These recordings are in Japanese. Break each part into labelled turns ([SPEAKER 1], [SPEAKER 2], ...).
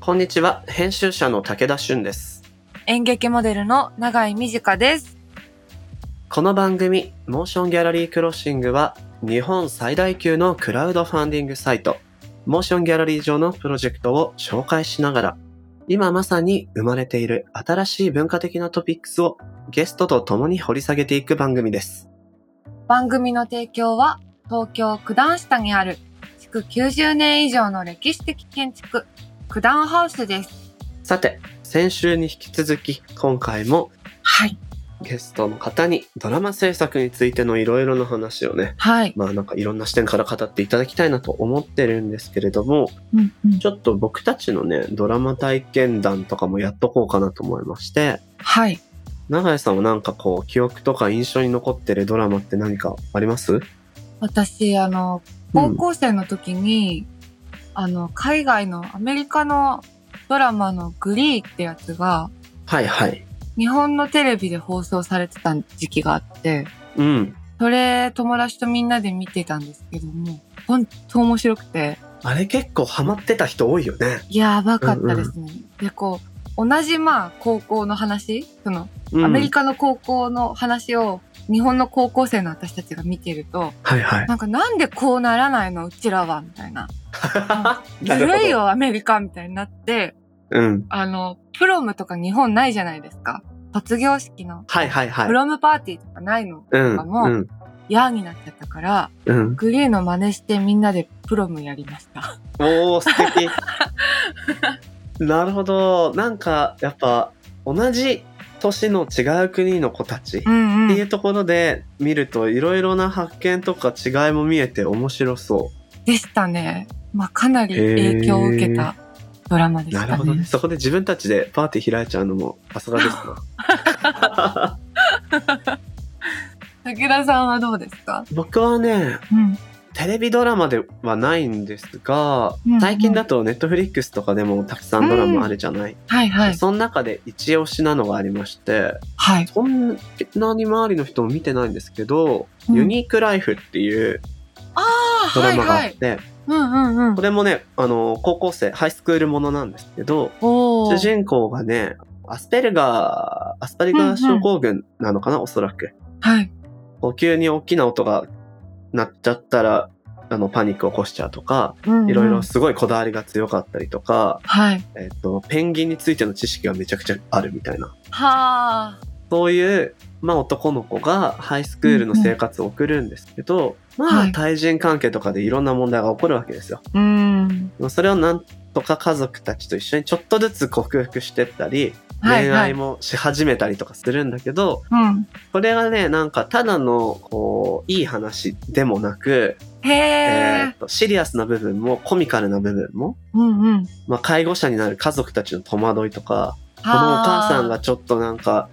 [SPEAKER 1] こんにちは。編集者の武田俊です。
[SPEAKER 2] 演劇モデルの永井美智香です。
[SPEAKER 1] この番組、モーションギャラリークロッシングは、日本最大級のクラウドファンディングサイト、モーションギャラリー上のプロジェクトを紹介しながら、今まさに生まれている新しい文化的なトピックスをゲストと共に掘り下げていく番組です。
[SPEAKER 2] 番組の提供は東京九段下にある築90年以上の歴史的建築九段ハウスです。
[SPEAKER 1] さて、先週に引き続き、今回も
[SPEAKER 2] はい。
[SPEAKER 1] ゲストの方にドラマ制作についてのいろいろな話をね、
[SPEAKER 2] はい。
[SPEAKER 1] まあなんかいろんな視点から語っていただきたいなと思ってるんですけれども、
[SPEAKER 2] うんうん
[SPEAKER 1] ちょっと僕たちのね、ドラマ体験談とかもやっとこうかなと思いまして、
[SPEAKER 2] はい。
[SPEAKER 1] 永井さんはなんかこう、記憶とか印象に残ってるドラマって何かあります
[SPEAKER 2] 私、あの、高校生の時に、あの、海外のアメリカのドラマのグリーってやつが
[SPEAKER 1] はいはい。
[SPEAKER 2] 日本のテレビで放送されてた時期があって、
[SPEAKER 1] うん。
[SPEAKER 2] それ友達とみんなで見てたんですけども、本当面白くて、
[SPEAKER 1] あれ結構ハマってた人多いよね。
[SPEAKER 2] やばかったですね。で、こう、同じまあ高校の話、その、
[SPEAKER 1] うん、
[SPEAKER 2] アメリカの高校の話を日本の高校生の私たちが見てると、
[SPEAKER 1] はいはい。
[SPEAKER 2] なんかなんでこうならないのうちらは、みたいな。ず
[SPEAKER 1] なるほど
[SPEAKER 2] るい。よ、アメリカみたいになって、
[SPEAKER 1] うん。
[SPEAKER 2] あの、プロムとか日本ないじゃないですか。卒業式の、
[SPEAKER 1] はいはいはい
[SPEAKER 2] プ。ロムパーティーとかないの、
[SPEAKER 1] うん。
[SPEAKER 2] とかも
[SPEAKER 1] うん。
[SPEAKER 2] 嫌になっちゃったから、
[SPEAKER 1] うん。
[SPEAKER 2] グリーンの真似してみんなでプロムやりま した。
[SPEAKER 1] おー、素 敵。なるほど。なんか、やっぱ、同じ年の違う国の子たち。
[SPEAKER 2] う
[SPEAKER 1] っ
[SPEAKER 2] んう
[SPEAKER 1] て
[SPEAKER 2] ん
[SPEAKER 1] い。うところで見るといろいろな発見とか違いも見えて面白そ
[SPEAKER 2] でしたね。まあ、かなり影響を受けたドラマで
[SPEAKER 1] う。
[SPEAKER 2] した
[SPEAKER 1] な
[SPEAKER 2] ね。
[SPEAKER 1] るほどね。そこで自分たちでパーティー開いちゃうのもさすがですな。
[SPEAKER 2] 武田さんはどうですか
[SPEAKER 1] 僕はね、
[SPEAKER 2] うん。
[SPEAKER 1] テレビドラマではないんですが
[SPEAKER 2] うんう、ん
[SPEAKER 1] 最近だとネットフリックスとかでもたくさんドラマあるじゃない。
[SPEAKER 2] はいはい。
[SPEAKER 1] その中で一押しなのがありまして、
[SPEAKER 2] はい。
[SPEAKER 1] そんなに周りの人も見てないんですけど、
[SPEAKER 2] うん
[SPEAKER 1] ユニークライフっていう
[SPEAKER 2] ああ、
[SPEAKER 1] ド
[SPEAKER 2] は
[SPEAKER 1] ラ
[SPEAKER 2] い
[SPEAKER 1] マが
[SPEAKER 2] は
[SPEAKER 1] あっ
[SPEAKER 2] い。
[SPEAKER 1] て、
[SPEAKER 2] うんうんうん
[SPEAKER 1] こ。れもね、あの、高校生、ハイスクールものなんですけど、
[SPEAKER 2] お
[SPEAKER 1] 主
[SPEAKER 2] ー。
[SPEAKER 1] 人公がね、アスペルガー、アスパリガー症候群なのかな、おそらく。
[SPEAKER 2] はい。
[SPEAKER 1] こう急に大きな音が鳴っちゃったら、あの、パニックを起こしちゃうとか、
[SPEAKER 2] うんうん
[SPEAKER 1] いろいろすごいこだわりが強かったりとか、
[SPEAKER 2] はい。
[SPEAKER 1] えっと、ペンギンについての知識がめちゃくちゃあるみたいな。
[SPEAKER 2] はあ。
[SPEAKER 1] そういう、まあ男の子がハイスクールの生活を送るんですけど、ま
[SPEAKER 2] は
[SPEAKER 1] あ
[SPEAKER 2] い
[SPEAKER 1] 対人関係とかでいろんな問題が起こるわけですよ。
[SPEAKER 2] うん。
[SPEAKER 1] まあそれをなんとか家族たちと一緒にちょっとずつ克服してったり、
[SPEAKER 2] はい
[SPEAKER 1] 恋
[SPEAKER 2] はい
[SPEAKER 1] 愛。もし始めたりとかするんだけど、
[SPEAKER 2] うん。
[SPEAKER 1] これがね、なんかただの、こう、いい話でもなく、
[SPEAKER 2] へ
[SPEAKER 1] えー
[SPEAKER 2] え
[SPEAKER 1] っ。とシリアスな部分もコミカルな部分も、
[SPEAKER 2] うんうん。
[SPEAKER 1] まあ、介護者になる家族たちの戸惑いとか、こ
[SPEAKER 2] こ
[SPEAKER 1] のお母さんが。ちょっとなんか、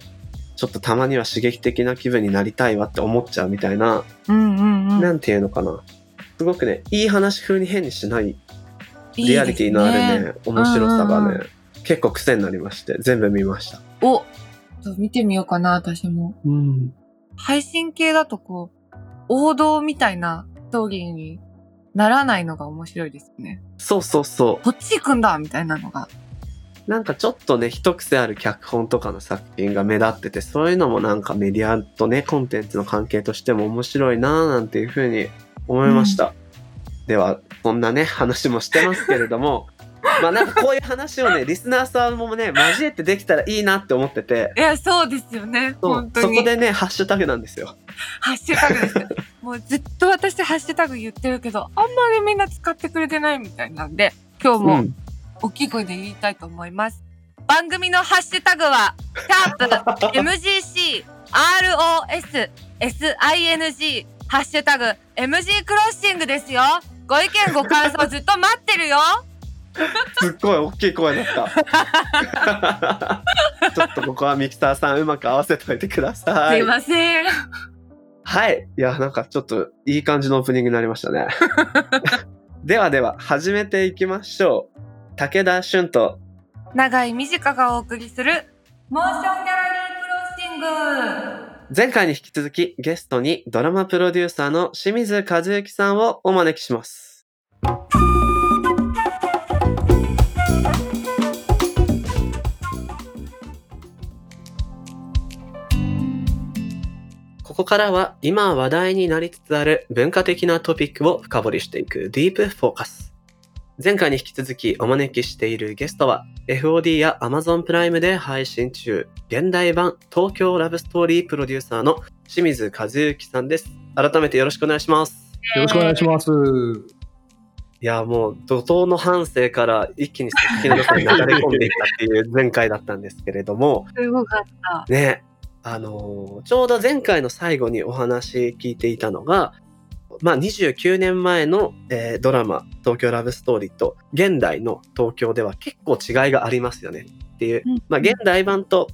[SPEAKER 1] ちょっとたまには刺激的な気分になりたいわって思っちゃうみたいな、
[SPEAKER 2] うんうんう。
[SPEAKER 1] なんんていうのかな。すごくね、いい話風に変にしないリアリティのある
[SPEAKER 2] いい
[SPEAKER 1] ね、
[SPEAKER 2] です。
[SPEAKER 1] 面白さが
[SPEAKER 2] うんうん
[SPEAKER 1] ね、結構癖になりまして、全部見ました。
[SPEAKER 2] おちょっと見てみようかな、私も。
[SPEAKER 1] うん。
[SPEAKER 2] 配信系だとこう、王道みたいなストーリーにならないのが面白いですね。
[SPEAKER 1] そうそうそ
[SPEAKER 2] こっち行くんだみたいなのが。
[SPEAKER 1] う。なんかちょっとね、一癖ある脚本とかの作品が目立ってて、そういうのもなんかメディアとね、コンテンツの関係としても面白いなぁなんていうふうに思いました。では、そんなね、話もしてますけれども、 まあなんかこういう話をね、リスナーさんもね、交えてできたらいいなって思ってて、
[SPEAKER 2] いや、そうですよね。
[SPEAKER 1] そ
[SPEAKER 2] 本
[SPEAKER 1] う
[SPEAKER 2] 当
[SPEAKER 1] そ
[SPEAKER 2] に。
[SPEAKER 1] こでね、ハッシュタグなんですよ。
[SPEAKER 2] ハッシュタグです。もうずっと私ハッシュタグ言ってるけど、あんまりみんな使ってくれてないみたいなんで、今
[SPEAKER 1] う
[SPEAKER 2] 日も
[SPEAKER 1] ん。
[SPEAKER 2] 大きい声で言いたいと思います。番組のハッシュタグは、シャープ MGC、ROS、SING、ハッシュタグ、MG クロッシングですよ。ご意見ご感想ずっと待ってるよ。
[SPEAKER 1] すっごい大きい 声だった。 ちょっとここはミキサーさんうまく合わせといてくださ
[SPEAKER 2] す
[SPEAKER 1] い
[SPEAKER 2] い。ません。
[SPEAKER 1] はい。いや、なんかちょっといい感じのオープニングになりましたね。ではでは、始めていきましょう。武田俊と、
[SPEAKER 2] 長井美智香がお送りする、モーションギャラリークロッシング。
[SPEAKER 1] 前回に引き続きゲストにドラマプロデューサーの清水和之さんをお招きします。ここからは今話題になりつつある文化的なトピックを深掘りしていくディープフォーカス。前回に引き続きお招きしているゲストは FOD や Amazon プライムで配信中、現代版東京ラブストーリープロデューサーの清水和之さんです。改めてよろしくお願いします。
[SPEAKER 3] よろしくお願いします。
[SPEAKER 1] いや、もう怒涛の反省から一気に作品の中に流れ込んでいったっていう前回だったんですけれども、
[SPEAKER 2] すごかった。
[SPEAKER 1] ね、あのーちょうど前回の最後にお話聞いていたのが、まあ、29年前の、えードラマ「東京ラブストーリー」と現代の東京では結構違いがありますよねっていう、
[SPEAKER 2] うん
[SPEAKER 1] まあ、現代版と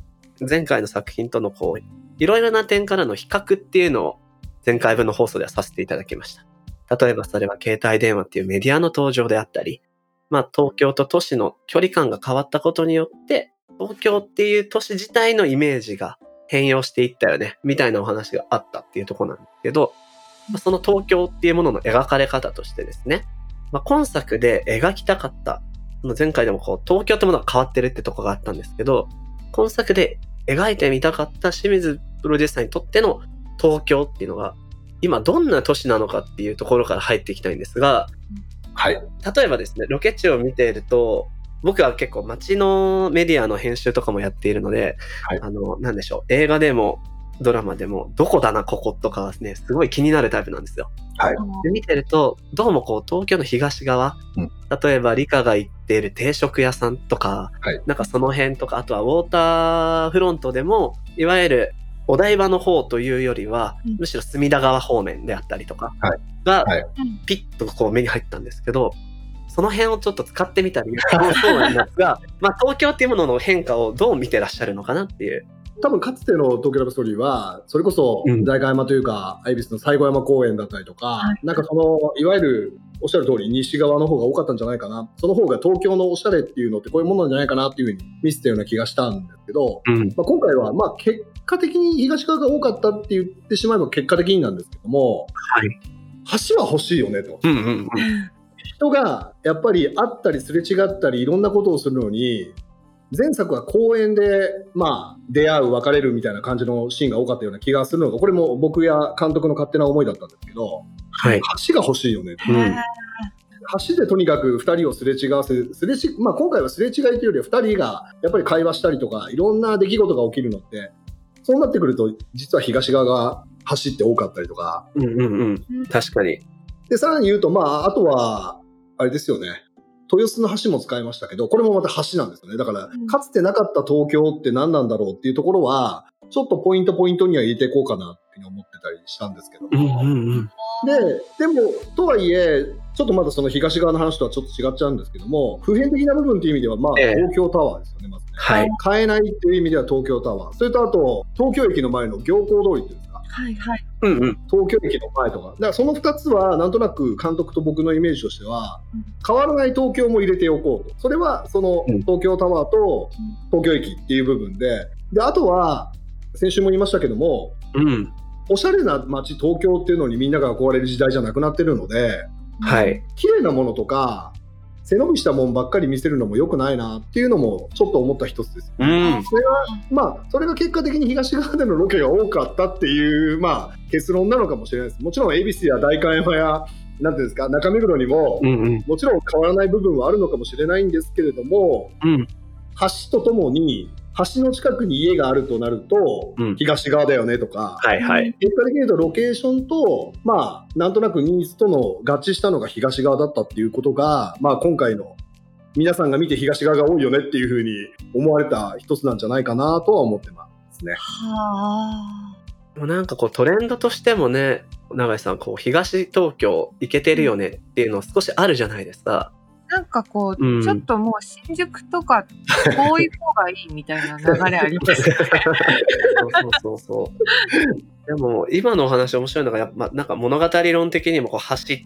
[SPEAKER 1] 前回の作品とのこういろいろな点からの比較っていうのを前回分の放送ではさせていただきました例えばそれは携帯電話っていうメディアの登場であったり、まあ、東京と都市の距離感が変わったことによって東京っていう都市自体のイメージが変容していったよねみたいなお話があったっていうところなんですけど、まあその東京っていうものの描かれ方としてですね、まあ、今作で描きたかったその前回でもこう東京ってものが変わってるってとこがあったんですけど今作で描いてみたかった清水プロデューサーにとっての東京っていうのが今どんな都市なのかっていうところから入っていきたいんですが
[SPEAKER 3] はい。
[SPEAKER 1] 例えばですねロケ地を見ていると僕は結構街のメディアの編集とかもやっているので、
[SPEAKER 3] はい
[SPEAKER 1] あのなんでしょう映画でもドラマでもどこだなこことかはねすごい気になるタイプなんですよ。で見てるとどうもこう東京の東側、
[SPEAKER 3] うん
[SPEAKER 1] 例えば理科が行っている定食屋さんとか、
[SPEAKER 3] はい
[SPEAKER 1] なんかその辺とかあとはウォーターフロントでもいわゆるお台場の方というよりは、
[SPEAKER 2] うん
[SPEAKER 1] むしろ隅田川方面であったりとか
[SPEAKER 3] はい
[SPEAKER 1] が、
[SPEAKER 3] はい
[SPEAKER 2] うん
[SPEAKER 1] ピッとこう目に入ったんですけどその辺をちょっと使ってみたりそうなんですが、 まあ、東京っていうものの変化をどう見てらっしゃるのかなっていう。
[SPEAKER 3] 多分かつての東京ラブストーリーは、それこそ
[SPEAKER 1] うん
[SPEAKER 3] 代官山というか、恵比寿の西郷山公園だったりとか、
[SPEAKER 2] はい
[SPEAKER 3] なんかその、いわゆるおっしゃる通り、西側の方が多かったんじゃないかな。その方が東京のおしゃれっていうのってこういうものなんじゃないかなっていうふうに見せたような気がしたんですけど、まあ、今回は、まあ、結果的に東側が多かったって言ってしまえば結果的になんですけども、
[SPEAKER 1] い
[SPEAKER 3] 橋は欲しいよねと。
[SPEAKER 1] うんうんうん
[SPEAKER 3] 人がやっぱり会ったりすれ違ったりいろんなことをするのに前作は公園でまあ出会う別れるみたいな感じのシーンが多かったような気がするのがこれも僕や監督の勝手な思いだったんですけど
[SPEAKER 1] はい
[SPEAKER 3] 橋が欲しいよね
[SPEAKER 1] うん
[SPEAKER 2] へー
[SPEAKER 3] 橋でとにかく2人をすれ違わせすれち、まあ、今回はすれ違いというよりは2人がやっぱり会話したりとかいろんな出来事が起きるのってそうなってくると実は東側が橋って多かったりとか
[SPEAKER 1] うんうんうん確かに。
[SPEAKER 3] で、さらに言うと、まあ、あとは、あれですよね。豊洲の橋も使いましたけど、これもまた橋なんですよね。だから
[SPEAKER 2] うん、
[SPEAKER 3] かつてなかった東京って何なんだろうっていうところは、ちょっとポイントポイントには入れていこうかなっていうふうに思ってたりしたんですけど。
[SPEAKER 1] うんうんうん。
[SPEAKER 3] で、でも、とはいえ、ちょっとまだその東側の話とはちょっと違っちゃうんですけども、普遍的な部分っていう意味では、まあ、
[SPEAKER 1] ええ
[SPEAKER 3] 東京タワーですよね、まずね。
[SPEAKER 1] はい。
[SPEAKER 3] 変えないっていう意味では東京タワー。それとあと、東京駅の前の行幸通りっていうんですか。
[SPEAKER 2] はいはい。
[SPEAKER 1] うんうん。
[SPEAKER 3] 東京駅の前とかだからその2つはなんとなく監督と僕のイメージとしては
[SPEAKER 2] うん
[SPEAKER 3] 変わらない東京も入れておこうとそれはその
[SPEAKER 1] うん
[SPEAKER 3] 東京タワーと
[SPEAKER 2] うん
[SPEAKER 3] 東京駅っていう部分でであとは先週も言いましたけども
[SPEAKER 1] うん。
[SPEAKER 3] おしゃれな街東京っていうのにみんなが憧れる時代じゃなくなってるので
[SPEAKER 1] はい。
[SPEAKER 3] 綺麗なものとか背伸びしたもんばっかり見せるのも良くないなっていうのもちょっと思った一つですよ
[SPEAKER 1] うん。
[SPEAKER 3] それはまあそれが結果的に東側でのロケが多かったっていうまあ結論なのかもしれないですもちろん恵比寿や代官山やなんていうんですか中目黒にも、
[SPEAKER 1] うんうん。
[SPEAKER 3] もちろん変わらない部分はあるのかもしれないんですけれども
[SPEAKER 1] うん。
[SPEAKER 3] 橋とともに橋の近くに家があるとなると、
[SPEAKER 1] うん
[SPEAKER 3] 東側だよねとか、
[SPEAKER 1] はいはい。
[SPEAKER 3] 結果的に言うとロケーションとまあなんとなくニーズとの合致したのが東側だったっていうことがまあ今回の皆さんが見て東側が多いよねっていうふうに思われた一つなんじゃないかなとは思ってますね。
[SPEAKER 2] はあ。
[SPEAKER 1] もうなんかこうトレンドとしてもね、永井さん、こう東東京行けてるよねっていうの少しあるじゃないですか。
[SPEAKER 2] なんかこう、
[SPEAKER 1] うん
[SPEAKER 2] ちょっともう新宿とか遠い方がいいみたいな流れありますね。
[SPEAKER 1] そうそうそう そう。でも今のお話面白いのがやっぱなんか物語論的にもこう走っ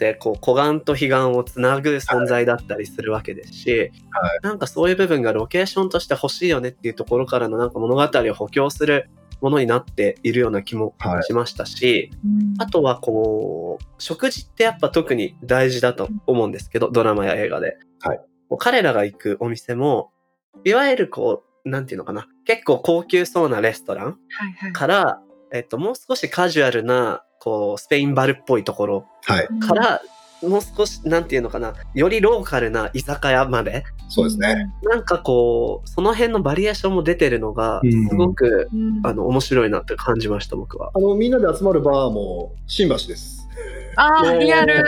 [SPEAKER 1] てこう湖岸と彼岸をつなぐ存在だったりするわけですし、
[SPEAKER 3] は
[SPEAKER 1] なんかそういう部分がロケーションとして欲しいよねっていうところからのなんか物語を補強するものになっているような気も
[SPEAKER 3] は
[SPEAKER 1] しましたし、
[SPEAKER 2] うん
[SPEAKER 1] あとはこう、食事ってやっぱ特に大事だと思うんですけど、ドラマや映画で。
[SPEAKER 3] はい
[SPEAKER 1] もう彼らが行くお店も、いわゆるこう、なんていうのかな、結構高級そうなレストラン
[SPEAKER 2] はいはい。
[SPEAKER 1] から、えっと、もう少しカジュアルな、こう、スペインバルっぽいところ
[SPEAKER 3] はい。
[SPEAKER 1] から、もう少し、なんていうのかな、よりローカルな居酒屋まで、
[SPEAKER 3] そうですね。
[SPEAKER 1] なんかこう、その辺のバリエーションも出てるのが
[SPEAKER 3] う、ん
[SPEAKER 1] すごく、
[SPEAKER 2] うん
[SPEAKER 1] あの、面白いなって感じました、僕は。
[SPEAKER 3] あの、みんなで集まるバーも新橋です。
[SPEAKER 2] あー
[SPEAKER 3] ね
[SPEAKER 2] リアル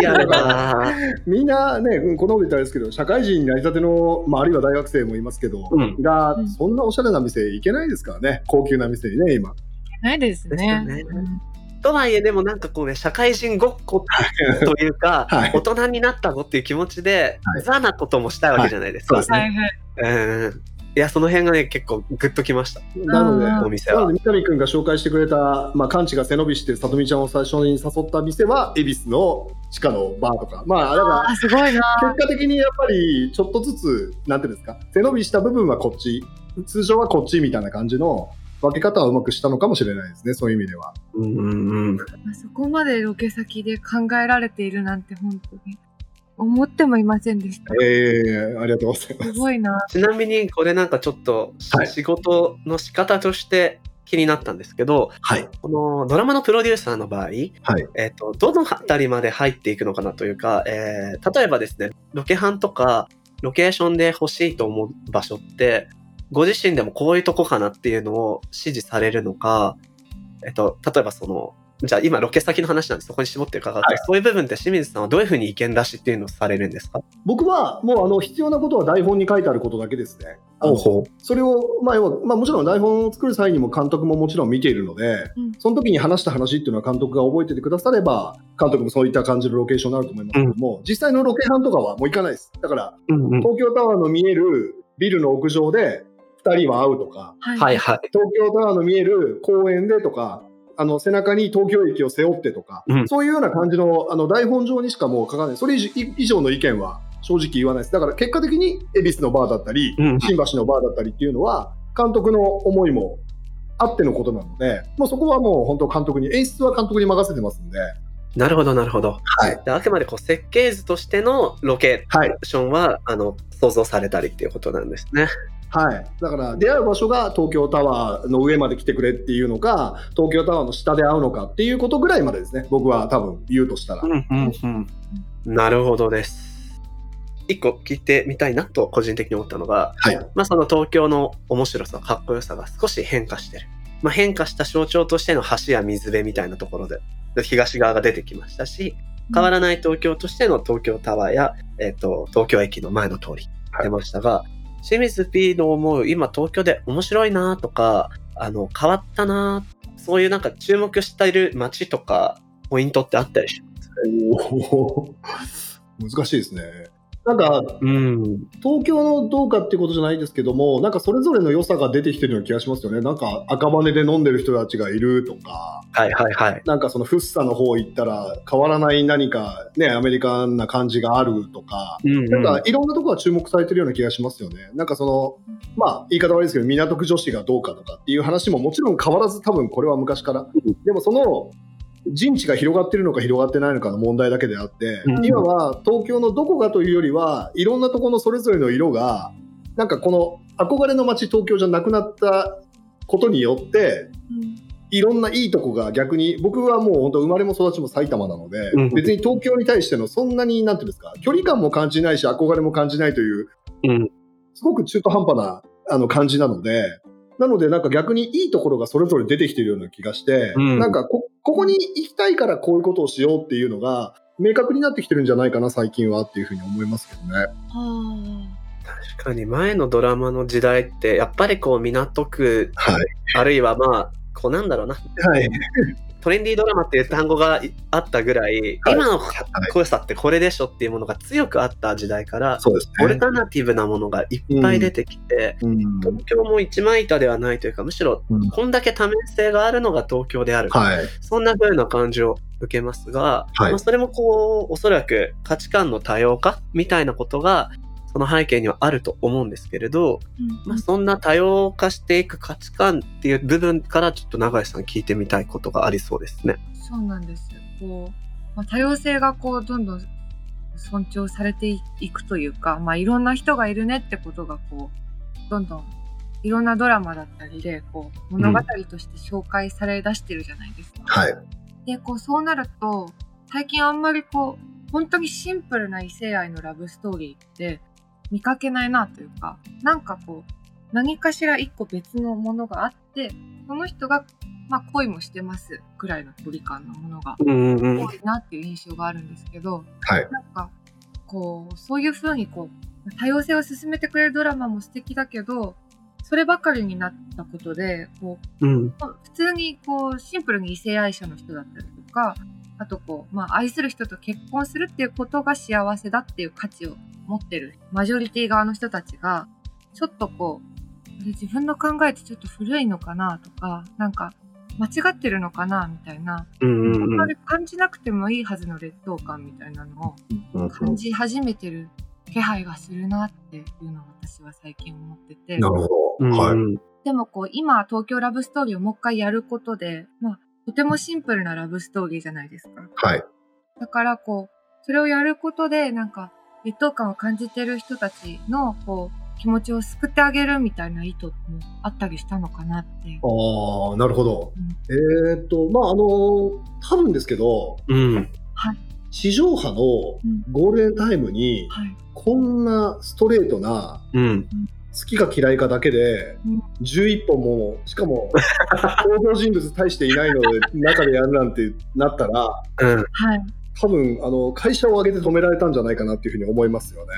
[SPEAKER 1] リアルな、
[SPEAKER 3] みんなね、うんこのこと言ったらあれですけど、社会人になりたての、まあ、あるいは大学生もいますけど、
[SPEAKER 1] うん
[SPEAKER 3] が
[SPEAKER 2] う、ん
[SPEAKER 3] そんなおしゃれな店行けないですからね。高級な店にね、今。
[SPEAKER 2] ないです
[SPEAKER 1] ですよね
[SPEAKER 2] ね
[SPEAKER 1] とはいえでもなんかこうね、社会人ごっこというか、
[SPEAKER 3] はい
[SPEAKER 1] 大人になったぞっていう気持ちで、
[SPEAKER 3] はい
[SPEAKER 1] ザなこともしたいわけじゃないですか。
[SPEAKER 3] はいそう
[SPEAKER 2] はいはい
[SPEAKER 1] うん。いや、その辺がね、結構グッときました、
[SPEAKER 3] なので、
[SPEAKER 2] あー
[SPEAKER 1] お店
[SPEAKER 3] なの
[SPEAKER 1] は。
[SPEAKER 3] で三上君が紹介してくれた、まあ、カンチが背伸びしてさとみちゃんを最初に誘った店は恵比寿の地下のバーとかまあだ
[SPEAKER 2] あ
[SPEAKER 3] か
[SPEAKER 2] ーすごいな
[SPEAKER 3] ら結果的にやっぱりちょっとずつなんていうんですか背伸びした部分はこっち通常はこっちみたいな感じの分け方をうまくしたのかもしれないですねそういう意味では
[SPEAKER 1] うんうんうん。
[SPEAKER 2] そこまでロケ先で考えられているなんて本当に思ってもいませんでした。
[SPEAKER 3] えー、ありがとうございます
[SPEAKER 2] すごいな。
[SPEAKER 1] ちなみにこれなんかちょっと
[SPEAKER 3] はい
[SPEAKER 1] 仕事の仕方として気になったんですけど、
[SPEAKER 3] はい
[SPEAKER 1] このドラマのプロデューサーの場合、えっとどの辺りまで入っていくのかなというか、えー例えばですねロケハンとかロケーションで欲しいと思う場所ってご自身でもこういうとこかなっていうのを指示されるのか、えっと例えばそのじゃあ今ロケ先の話なんでそこに絞って伺うと、
[SPEAKER 3] はい
[SPEAKER 1] そういう部分って清水さんはどういうふうに意見出しっていうのをされるんですか
[SPEAKER 3] 僕はもうあの必要なことは台本に書いてあることだけですねあのそれを、まあ要はまあ、もちろん台本を作る際にも監督ももちろん見ているので、
[SPEAKER 2] うん
[SPEAKER 3] その時に話した話っていうのは監督が覚えててくだされば監督もそういった感じのロケーションになると思いますけども、実際のロケハンとかはもう行かないですだから
[SPEAKER 1] うんうん
[SPEAKER 3] 東京タワーの見えるビルの屋上で2人は会うと
[SPEAKER 2] は
[SPEAKER 3] か
[SPEAKER 1] はいはい。
[SPEAKER 3] 東京タワーの見える公園でとかあの背中に東京駅を背負ってとか、
[SPEAKER 1] うん
[SPEAKER 3] そういうような感じのあの台本上にしかもう書かないそれ以上以上の意見は正直言わないですだから結果的に恵比寿のバーだったり、
[SPEAKER 1] うん
[SPEAKER 3] 新橋のバーだったりっていうのは監督の思いもあってのことなのでもうそこはもう本当監督に演出は監督に任せてますんで、は
[SPEAKER 1] なるほどなるほど。
[SPEAKER 3] い
[SPEAKER 1] であくまでこう設計図としてのロケ
[SPEAKER 3] はい
[SPEAKER 1] ーションはあの想像されたりっていうことなんですね。
[SPEAKER 3] はい、だから出会う場所が東京タワーの上まで来てくれっていうのか東京タワーの下で会うのかっていうことぐらいまでですね僕は多分言うとしたら。
[SPEAKER 1] うんうんうん、なるほどです。一個聞いてみたいなと個人的に思ったのが、
[SPEAKER 3] はい
[SPEAKER 1] まあ、その東京の面白さかっこよさが少し変化してる、まあ、変化した象徴としての橋や水辺みたいなところでで東側が出てきましたし変わらない東京としての東京タワーや、えっと東京駅の前の通り
[SPEAKER 3] はい
[SPEAKER 1] 出ましたが、清水 P の思う今東京で面白いなとかあの変わったなそういうなんか注目している街とかポイントってあったりします
[SPEAKER 3] おー難しいですね。なんか
[SPEAKER 1] うん
[SPEAKER 3] 東京のどうかっていうことじゃないですけどもなんかそれぞれの良さが出てきてるような気がしますよね。なんか赤羽で飲んでる人たちがいるとか
[SPEAKER 1] はいはいはい。
[SPEAKER 3] なんかそのフッサの方行ったら変わらない何かねアメリカンな感じがあるとか
[SPEAKER 1] うん
[SPEAKER 3] なんかいろんなとこが注目されてるような気がしますよね。なんかその、まあ言い方悪いですけど、港区女子がどうかとかっていう話ももちろん変わらず多分これは昔から
[SPEAKER 1] うん。
[SPEAKER 3] でもその、人知が広がってるのか広がってないのかの問題だけであって
[SPEAKER 1] う、ん
[SPEAKER 3] 今は東京のどこがというよりは、いろんなところのそれぞれの色が、なんかこの憧れの街東京じゃなくなったことによって、いろんないいとこが逆に僕はもう本当生まれも育ちも埼玉なので、
[SPEAKER 1] うん
[SPEAKER 3] 別に東京に対してのそんなになんていうんですか距離感も感じないし憧れも感じないという、
[SPEAKER 1] うん
[SPEAKER 3] すごく中途半端なあの感じなのでなのでなんか逆にいいところがそれぞれ出てきてるような気がして、
[SPEAKER 1] うん
[SPEAKER 3] なんかこここに行きたいからこういうことをしようっていうのが明確になってきてるんじゃないかな最近はっていうふうに思いますけどね。
[SPEAKER 1] 確かに前のドラマの時代って、やっぱりこう港区、
[SPEAKER 3] はい、
[SPEAKER 1] あるいはまあ、こうなんだろうな、
[SPEAKER 3] はい
[SPEAKER 1] トレンディードラマっていう単語があったぐらい、
[SPEAKER 3] はい
[SPEAKER 1] 今のかっこよさってこれでしょっていうものが強くあった時代から、
[SPEAKER 3] そうです
[SPEAKER 1] オル
[SPEAKER 3] ね、
[SPEAKER 1] タナティブなものがいっぱい出てきて、
[SPEAKER 3] うん
[SPEAKER 1] 東京も一枚板ではないというか、むしろ
[SPEAKER 3] うん
[SPEAKER 1] こんだけ多面性があるのが東京である。
[SPEAKER 3] はい
[SPEAKER 1] そんな風な感じを受けますが、
[SPEAKER 3] はい
[SPEAKER 1] まあ、それもこう、おそらく価値観の多様化みたいなことが、その背景にはあると思うんですけれど、まあ、そんな多様化していく価値観っていう部分から、ちょっと永井さん聞いてみたいことがありそうですね。
[SPEAKER 2] そうなんですよ。こう、まあ、多様性がこうどんどん尊重されていくというか、まあいろんな人がいるねってことがこうどんどんいろんなドラマだったりでこう物語として紹介され出してるじゃないですか。
[SPEAKER 3] はい。
[SPEAKER 2] でこうそうなると最近あんまりこう本当にシンプルな異性愛のラブストーリーって見かけないなというかなんかこう何かしら一個別のものがあってその人が、まあ、恋もしてますくらいの距離感のものが
[SPEAKER 1] うんうんうん
[SPEAKER 2] 多いなっていう印象があるんですけど、
[SPEAKER 3] はい
[SPEAKER 2] なんかこうそういうふうにこう多様性を進めてくれるドラマも素敵だけどそればかりになったことでこう
[SPEAKER 1] うん
[SPEAKER 2] まあ普通にこうシンプルに異性愛者の人だったりとかあとこう、まあ、愛する人と結婚するっていうことが幸せだっていう価値を持ってるマジョリティ側の人たちがちょっとこうあれ自分の考えってちょっと古いのかなとかなんか間違ってるのかなみたいな、
[SPEAKER 1] うん
[SPEAKER 2] あん
[SPEAKER 1] うん
[SPEAKER 2] まり感じなくてもいいはずの劣等感みたいなの
[SPEAKER 1] うん
[SPEAKER 2] を感じ始めてる気配がするなっていうのを私は最近思ってて。
[SPEAKER 3] なるほど。はい。
[SPEAKER 2] でもこう今東京ラブストーリーをもう一回やることで、まあ、とてもシンプルなラブストーリーじゃないですか。
[SPEAKER 3] はい。
[SPEAKER 2] だからこうそれをやることでなんか劣等感を感じてる人たちのこう気持ちを救ってあげるみたいな意図もあったりしたのかなって。
[SPEAKER 3] ああ、なるほど
[SPEAKER 2] うん。
[SPEAKER 3] えーっと、まあ、あの、多分ですけど、
[SPEAKER 1] うん
[SPEAKER 3] 地上波の
[SPEAKER 2] うん
[SPEAKER 3] ゴールデンタイムに、
[SPEAKER 2] はい、
[SPEAKER 3] こんなストレートな、
[SPEAKER 1] うん
[SPEAKER 3] 好きか嫌いかだけで
[SPEAKER 2] うん、
[SPEAKER 3] 11本も、しかも、登場人物大していないので、中でやるなんてなったら、
[SPEAKER 1] うん
[SPEAKER 2] はい、
[SPEAKER 3] 多分、あの、会社を挙げて止められたんじゃないかなっていうふうに思いますよね。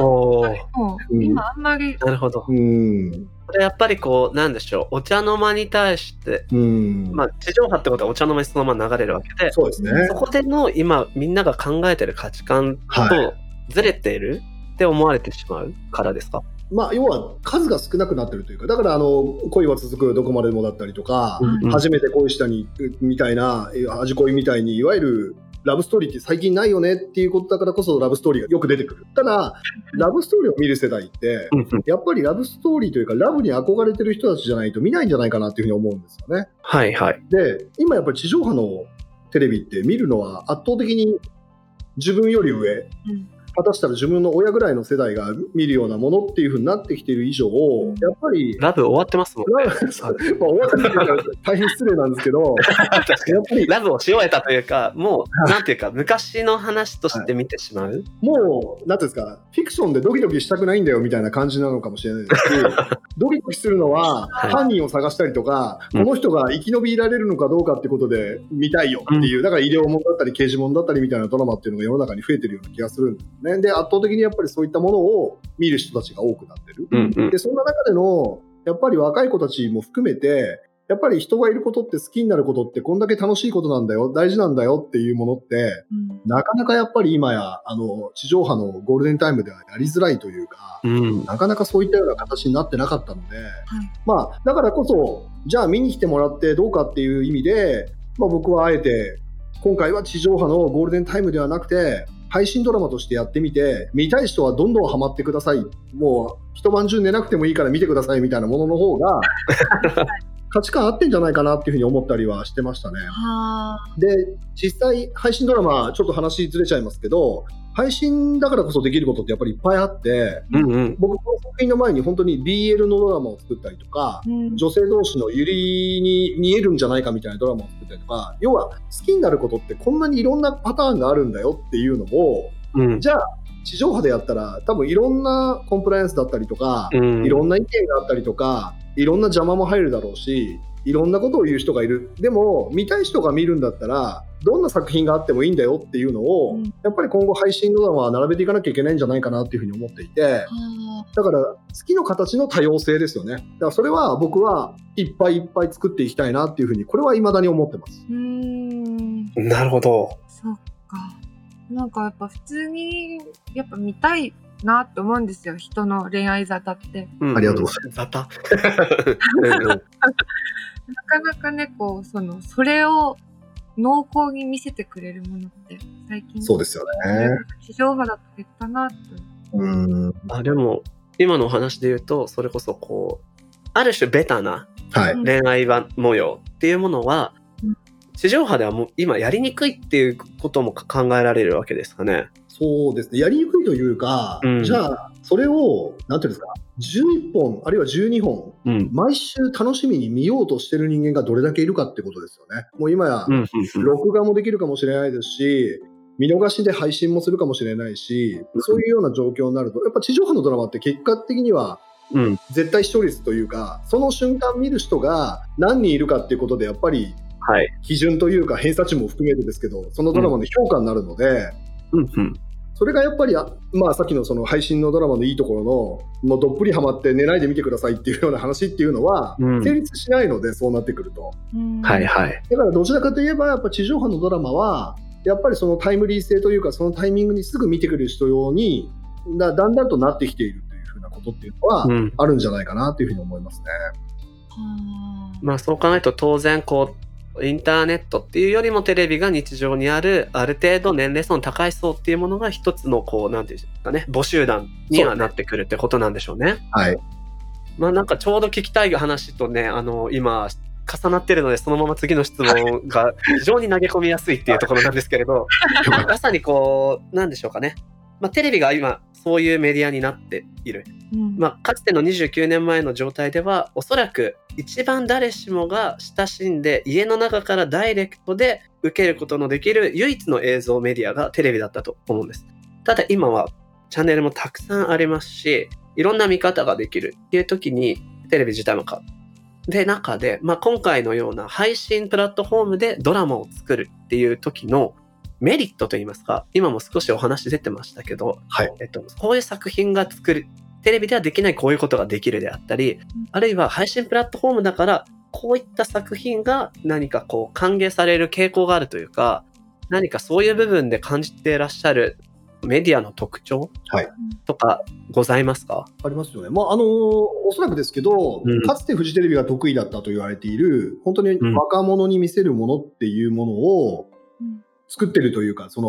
[SPEAKER 1] おー
[SPEAKER 2] も
[SPEAKER 3] う
[SPEAKER 2] うん今あんまり、
[SPEAKER 1] なるほど
[SPEAKER 3] うん。
[SPEAKER 1] これやっぱりこうなんでしょうお茶の間に対して
[SPEAKER 3] うん。
[SPEAKER 1] まあ地上波ってことはお茶の間にそのまま流れるわけで
[SPEAKER 3] そうですね。
[SPEAKER 1] そこでの今みんなが考えてる価値観
[SPEAKER 3] は
[SPEAKER 1] とずれているって思われてしまうからですか
[SPEAKER 3] まあ、要は数が少なくなってるというか、だからあの恋は続くどこまでもだったりとか、
[SPEAKER 1] うん
[SPEAKER 3] 初めて恋したにみたいな、え味恋みたいに、いわゆるラブストーリーって最近ないよねっていうことだからこそ、ラブストーリーがよく出てくる。ただ、ラブストーリーを見る世代って、
[SPEAKER 1] うんうん
[SPEAKER 3] やっぱりラブストーリーというか、ラブに憧れてる人たちじゃないと見ないんじゃないかなっていうふうに思うんですよね。
[SPEAKER 1] はいはい
[SPEAKER 3] で、今やっぱり地上波のテレビって見るのは圧倒的に自分より上、
[SPEAKER 2] うん
[SPEAKER 3] 果たしたら自分の親ぐらいの世代が見るようなものっていうふうになってきている以上、やっぱり、
[SPEAKER 1] ラブ終わってます もんね
[SPEAKER 3] ラブまあ、終わった時から大変失礼なんですけ ど、やっぱり
[SPEAKER 1] ラブをし終えたというかもうなんていうか昔の話として見てしまう、
[SPEAKER 3] もう、なんていうんですか、フィクションでドキドキしたくないんだよみたいな感じなのかもしれないですし、 ドキドキするのは、
[SPEAKER 1] はい
[SPEAKER 3] 犯人を探したりとか、
[SPEAKER 1] うん
[SPEAKER 3] この人が生き延びられるのかどうかってことで見たいよっていう、だから医療ものだったり、刑事ものだったりみたいなドラマっていうのが世の中に増えてるような気がするんですね。で、圧倒的にやっぱりそういったものを見る人たちが多くなってる。
[SPEAKER 1] うんうん
[SPEAKER 3] で、そんな中での、やっぱり若い子たちも含めて、やっぱり人がいることって好きになることってこんだけ楽しいことなんだよ、大事なんだよっていうものって、
[SPEAKER 2] うん
[SPEAKER 3] なかなかやっぱり今や、あの、地上波のゴールデンタイムではやりづらいというか、
[SPEAKER 1] うん
[SPEAKER 3] なかなかそういったような形になってなかったので、
[SPEAKER 2] はい
[SPEAKER 3] まあ、だからこそ、じゃあ見に来てもらってどうかっていう意味で、まあ僕はあえて、今回は地上波のゴールデンタイムではなくて、配信ドラマとしてやってみて、見たい人はどんどんハマってください。もう、一晩中寝なくてもいいから見てくださいみたいなものの 方が、価値観合ってんじゃないかなっていうふうに思ったりはしてましたね。
[SPEAKER 2] はあ
[SPEAKER 3] で実際配信ドラマちょっと話ずれちゃいますけど配信だからこそできることってやっぱりいっぱいあって
[SPEAKER 1] うんうん
[SPEAKER 3] 僕この作品の前に本当に BL のドラマを作ったりとか
[SPEAKER 2] うん
[SPEAKER 3] 女性同士のゆりに見えるんじゃないかみたいなドラマを作ったりとか要は好きになることってこんなにいろんなパターンがあるんだよっていうのを
[SPEAKER 1] うん
[SPEAKER 3] じゃあ地上波でやったら多分いろんなコンプライアンスだったりとか、
[SPEAKER 1] うん
[SPEAKER 3] いろんな意見があったりとかいろんな邪魔も入るだろうしいろんなことを言う人がいるでも見たい人が見るんだったらどんな作品があってもいいんだよっていうのを、
[SPEAKER 2] うん
[SPEAKER 3] やっぱり今後配信ドラマは並べていかなきゃいけないんじゃないかなっていうふうに思っていて
[SPEAKER 2] は
[SPEAKER 3] だから好きの形の多様性ですよねだからそれは僕はいっぱいいっぱい作っていきたいなっていうふうにこれは未だに思ってます。
[SPEAKER 2] あうん
[SPEAKER 1] なるほど
[SPEAKER 2] そっか。なんかやっぱ普通に、やっぱ見たいなって思うんですよ。人の恋愛沙汰って。
[SPEAKER 1] あ
[SPEAKER 3] ありがとうござ
[SPEAKER 1] います。ざた。 うん
[SPEAKER 2] なかなかね、こう、その、それを濃厚に見せてくれるものって、最近。
[SPEAKER 3] そう
[SPEAKER 2] で
[SPEAKER 3] ですよね。。
[SPEAKER 2] 地上波だと減ったなと。
[SPEAKER 3] うん。
[SPEAKER 1] あでも今のお話で言うとそれこそこうある種ベタな
[SPEAKER 3] はい。
[SPEAKER 2] うん
[SPEAKER 1] 恋愛版模様っていうものは
[SPEAKER 2] うん
[SPEAKER 1] 地上波ではもう今やりにくいっていうことも考えられるわけですかね。
[SPEAKER 3] そうですね、やりにくいというか、
[SPEAKER 1] うん
[SPEAKER 3] じゃあ、それを、なんていうんですか、 11本、あるいは12本、
[SPEAKER 1] うん。
[SPEAKER 3] 毎週楽しみに見ようとしてる人間がどれだけいるかってことですよね。もう今や
[SPEAKER 1] うん。う、ん。
[SPEAKER 3] 録画もできるかもしれないですし、見逃しで配信もするかもしれないし、そういうような状況になると、やっぱ地上波のドラマって結果的には、
[SPEAKER 1] うん。
[SPEAKER 3] 絶対視聴率というか、その瞬間見る人が何人いるかっていうことで、やっぱり
[SPEAKER 1] はい。
[SPEAKER 3] 基準というか、偏差値も含めてですけど、そのドラマの評価になるので、
[SPEAKER 1] うん。うん。
[SPEAKER 3] それがやっぱり、あまあ、さっきのその配信のドラマのいいところの、もうどっぷりハマって寝ないで見てくださいっていうような話っていうのは、
[SPEAKER 1] うん
[SPEAKER 3] 成立しないので、そうなってくると。
[SPEAKER 2] うん
[SPEAKER 1] はい。はい。
[SPEAKER 3] だからどちらかといえばやっぱ地上波のドラマはやっぱりそのタイムリー性というかそのタイミングにすぐ見てくる人用にだだんだんとなってきているというふうなことっていうのは
[SPEAKER 1] うん。
[SPEAKER 3] あるんじゃないかなというふうに思いますね。
[SPEAKER 2] はー
[SPEAKER 1] まあそう考えると当然こうインターネットっていうよりもテレビが日常にあるある程度年齢層の高い層っていうものが一つのこうなんていうんですかね募集団にはなってくるってことなんでしょうね。
[SPEAKER 3] はい、
[SPEAKER 1] まあなんかちょうど聞きたい話とねあの今重なってるのでそのまま次の質問が非常に投げ込みやすいっていうところなんですけれどまさにこうなんでしょうかね、まあ、テレビが今そういうメディアになっている
[SPEAKER 2] うん
[SPEAKER 1] まあ、かつての29年前の状態ではおそらく一番誰しもが親しんで家の中からダイレクトで受けることのできる唯一の映像メディアがテレビだったと思うんですただ今はチャンネルもたくさんありますしいろんな見方ができるっていう時にテレビ自体も変わるで中で、まあ、今回のような配信プラットフォームでドラマを作るっていう時のメリットといいますか今も少しお話出てましたけど、
[SPEAKER 3] はい
[SPEAKER 1] えっと、こういう作品が作るテレビではできないこういうことができるであったり、あるいは配信プラットフォームだから、こういった作品が何かこう歓迎される傾向があるというか、何かそういう部分で感じていらっしゃるメディアの特徴
[SPEAKER 3] はい
[SPEAKER 1] とかございますか、
[SPEAKER 3] ありますよね、まああのおそらくですけど、
[SPEAKER 1] うん
[SPEAKER 3] かつてフジテレビが得意だったと言われている本当に
[SPEAKER 1] うん
[SPEAKER 3] 若者に見せるものっていうものを
[SPEAKER 2] うん
[SPEAKER 3] 作ってるというかその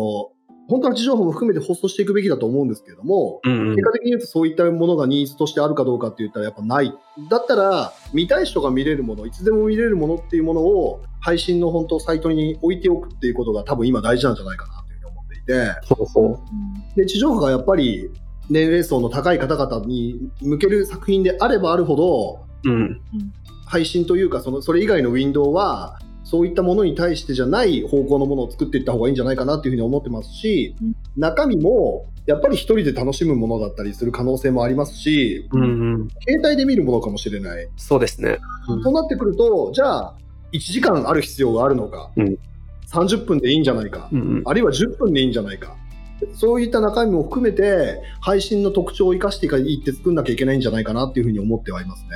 [SPEAKER 3] 本当は地上波も含めて放送していくべきだと思うんですけれども、
[SPEAKER 1] うんうん
[SPEAKER 3] 結果的に言うとそういったものがニーズとしてあるかどうかって言ったらやっぱないだったら見たい人が見れるものいつでも見れるものっていうものを配信の本当サイトに置いておくっていうことが多分今大事なんじゃないかなというふうに思っていて
[SPEAKER 1] ほうほう
[SPEAKER 3] で地上波がやっぱり年齢層の高い方々に向ける作品であればあるほど
[SPEAKER 1] うん
[SPEAKER 3] 配信というかそのそれ以外のウィンドウはそういったものに対してじゃない方向のものを作っていった方がいいんじゃないかなというふうに思ってますし
[SPEAKER 2] うん
[SPEAKER 3] 中身もやっぱり一人で楽しむものだったりする可能性もありますし
[SPEAKER 1] うんうん
[SPEAKER 3] 携帯で見るものかもしれない、
[SPEAKER 1] そうですね。うん
[SPEAKER 3] となってくるとじゃあ1時間ある必要があるのか、
[SPEAKER 1] うん
[SPEAKER 3] 30分でいいんじゃないか、
[SPEAKER 1] うんうん
[SPEAKER 3] あるいは10分でいいんじゃないかそういった中身も含めて配信の特徴を生かしていって作んなきゃいけないんじゃないかなっていうふうに思ってはいますね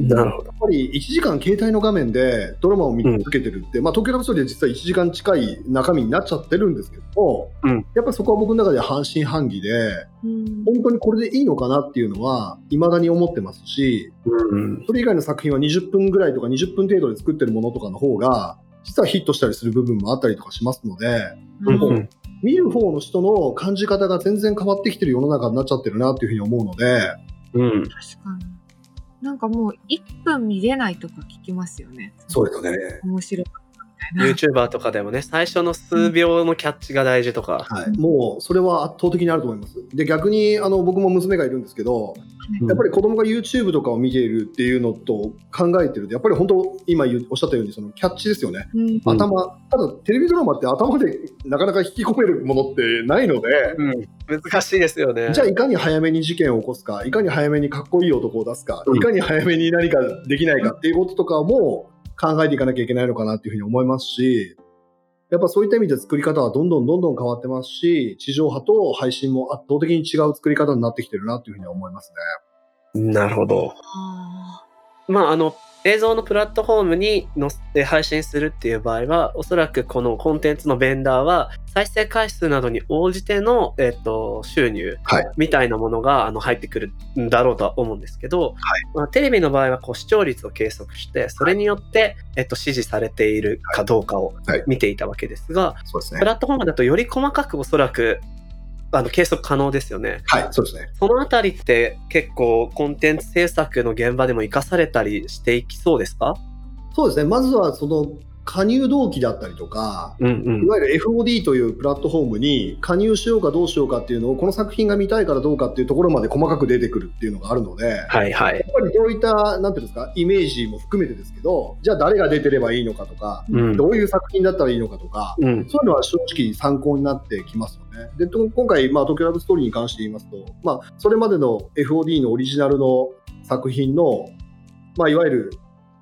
[SPEAKER 2] うん
[SPEAKER 1] なるほど。
[SPEAKER 3] やっぱり1時間携帯の画面でドラマを見続けてるって、まあ、東京ラブストーリーは実は1時間近い中身になっちゃってるんですけども、
[SPEAKER 1] うん
[SPEAKER 3] やっぱそこは僕の中で半信半疑で
[SPEAKER 2] うん
[SPEAKER 3] 本当にこれでいいのかなっていうのは未だに思ってますし
[SPEAKER 1] うんうん
[SPEAKER 3] それ以外の作品は20分ぐらいとか20分程度で作ってるものとかの方が、実はヒットしたりする部分もあったりとかしますので、
[SPEAKER 1] うんう
[SPEAKER 2] うん
[SPEAKER 1] ん
[SPEAKER 3] 見る方の人の感じ方が全然変わってきてる世の中になっちゃってるなっていうふうに思うので、
[SPEAKER 1] うん
[SPEAKER 2] 確かになんかもう1分見れないとか聞きますよね
[SPEAKER 3] うですね。
[SPEAKER 2] 面白かったみたいな
[SPEAKER 1] YouTuber とかでもね最初の数秒のキャッチが大事とか、
[SPEAKER 3] はい、もうそれは圧倒的にあると思います。で、逆にあの僕も娘がいるんですけど、やっぱり子供が YouTube とかを見ているっていうのと考えてると、やっぱり本当、今言うおっしゃったように、そのキャッチですよね。
[SPEAKER 2] うん
[SPEAKER 1] うん
[SPEAKER 3] 頭、ただテレビドラマって頭でなかなか引き込めるものってないので、
[SPEAKER 1] うん、難しいですよね。
[SPEAKER 3] じゃあいかに早めに事件を起こすかいかに早めにかっこいい男を出すか、
[SPEAKER 1] うん
[SPEAKER 3] いかに早めに何かできないかっていうこととかも考えていかなきゃいけないのかなっていうふうに思いますしやっぱそういった意味で作り方はどんどんどんどん変わってますし地上波と配信も圧倒的に違う作り方になってきてるなっていうふうには思いますね。
[SPEAKER 1] なるほど。
[SPEAKER 2] あ
[SPEAKER 1] まああの映像のプラットフォームに載せて配信するっていう場合はおそらくこのコンテンツのベンダーは再生回数などに応じての、えっと収入
[SPEAKER 3] はい
[SPEAKER 1] みたいなものがあの入ってくるんだろうとは思うんですけど、まあ、テレビの場合はこう視聴率を計測してそれによって、えっと支持されているかどうかを
[SPEAKER 3] はい
[SPEAKER 1] 見ていたわけですが、
[SPEAKER 3] そうです
[SPEAKER 1] プ。ラットフォームだとより細かくおそらくあの計測可能ですよね。
[SPEAKER 3] はい、そうですね。
[SPEAKER 1] そのあたりって結構コンテンツ制作の現場でも活かされたりしていきそうですか
[SPEAKER 3] そうですね。まずはその加入動機だったりとか、
[SPEAKER 1] うんう
[SPEAKER 3] い
[SPEAKER 1] ん。
[SPEAKER 3] わゆる FOD というプラットフォームに加入しようかどうしようかっていうのを、この作品が見たいからどうかっていうところまで細かく出てくるっていうのがあるので、
[SPEAKER 1] はいはい。
[SPEAKER 3] やっぱりどういった、なんていうんですか、イメージも含めてですけど、じゃあ誰が出てればいいのかとか、
[SPEAKER 1] うん。
[SPEAKER 3] どういう作品だったらいいのかとか、
[SPEAKER 1] うん。
[SPEAKER 3] そういうのは正直参考になってきますよね。で、と今回、まあ、東京ラブストーリーに関して言いますと、まあ、それまでの FOD のオリジナルの作品の、まあ、いわゆる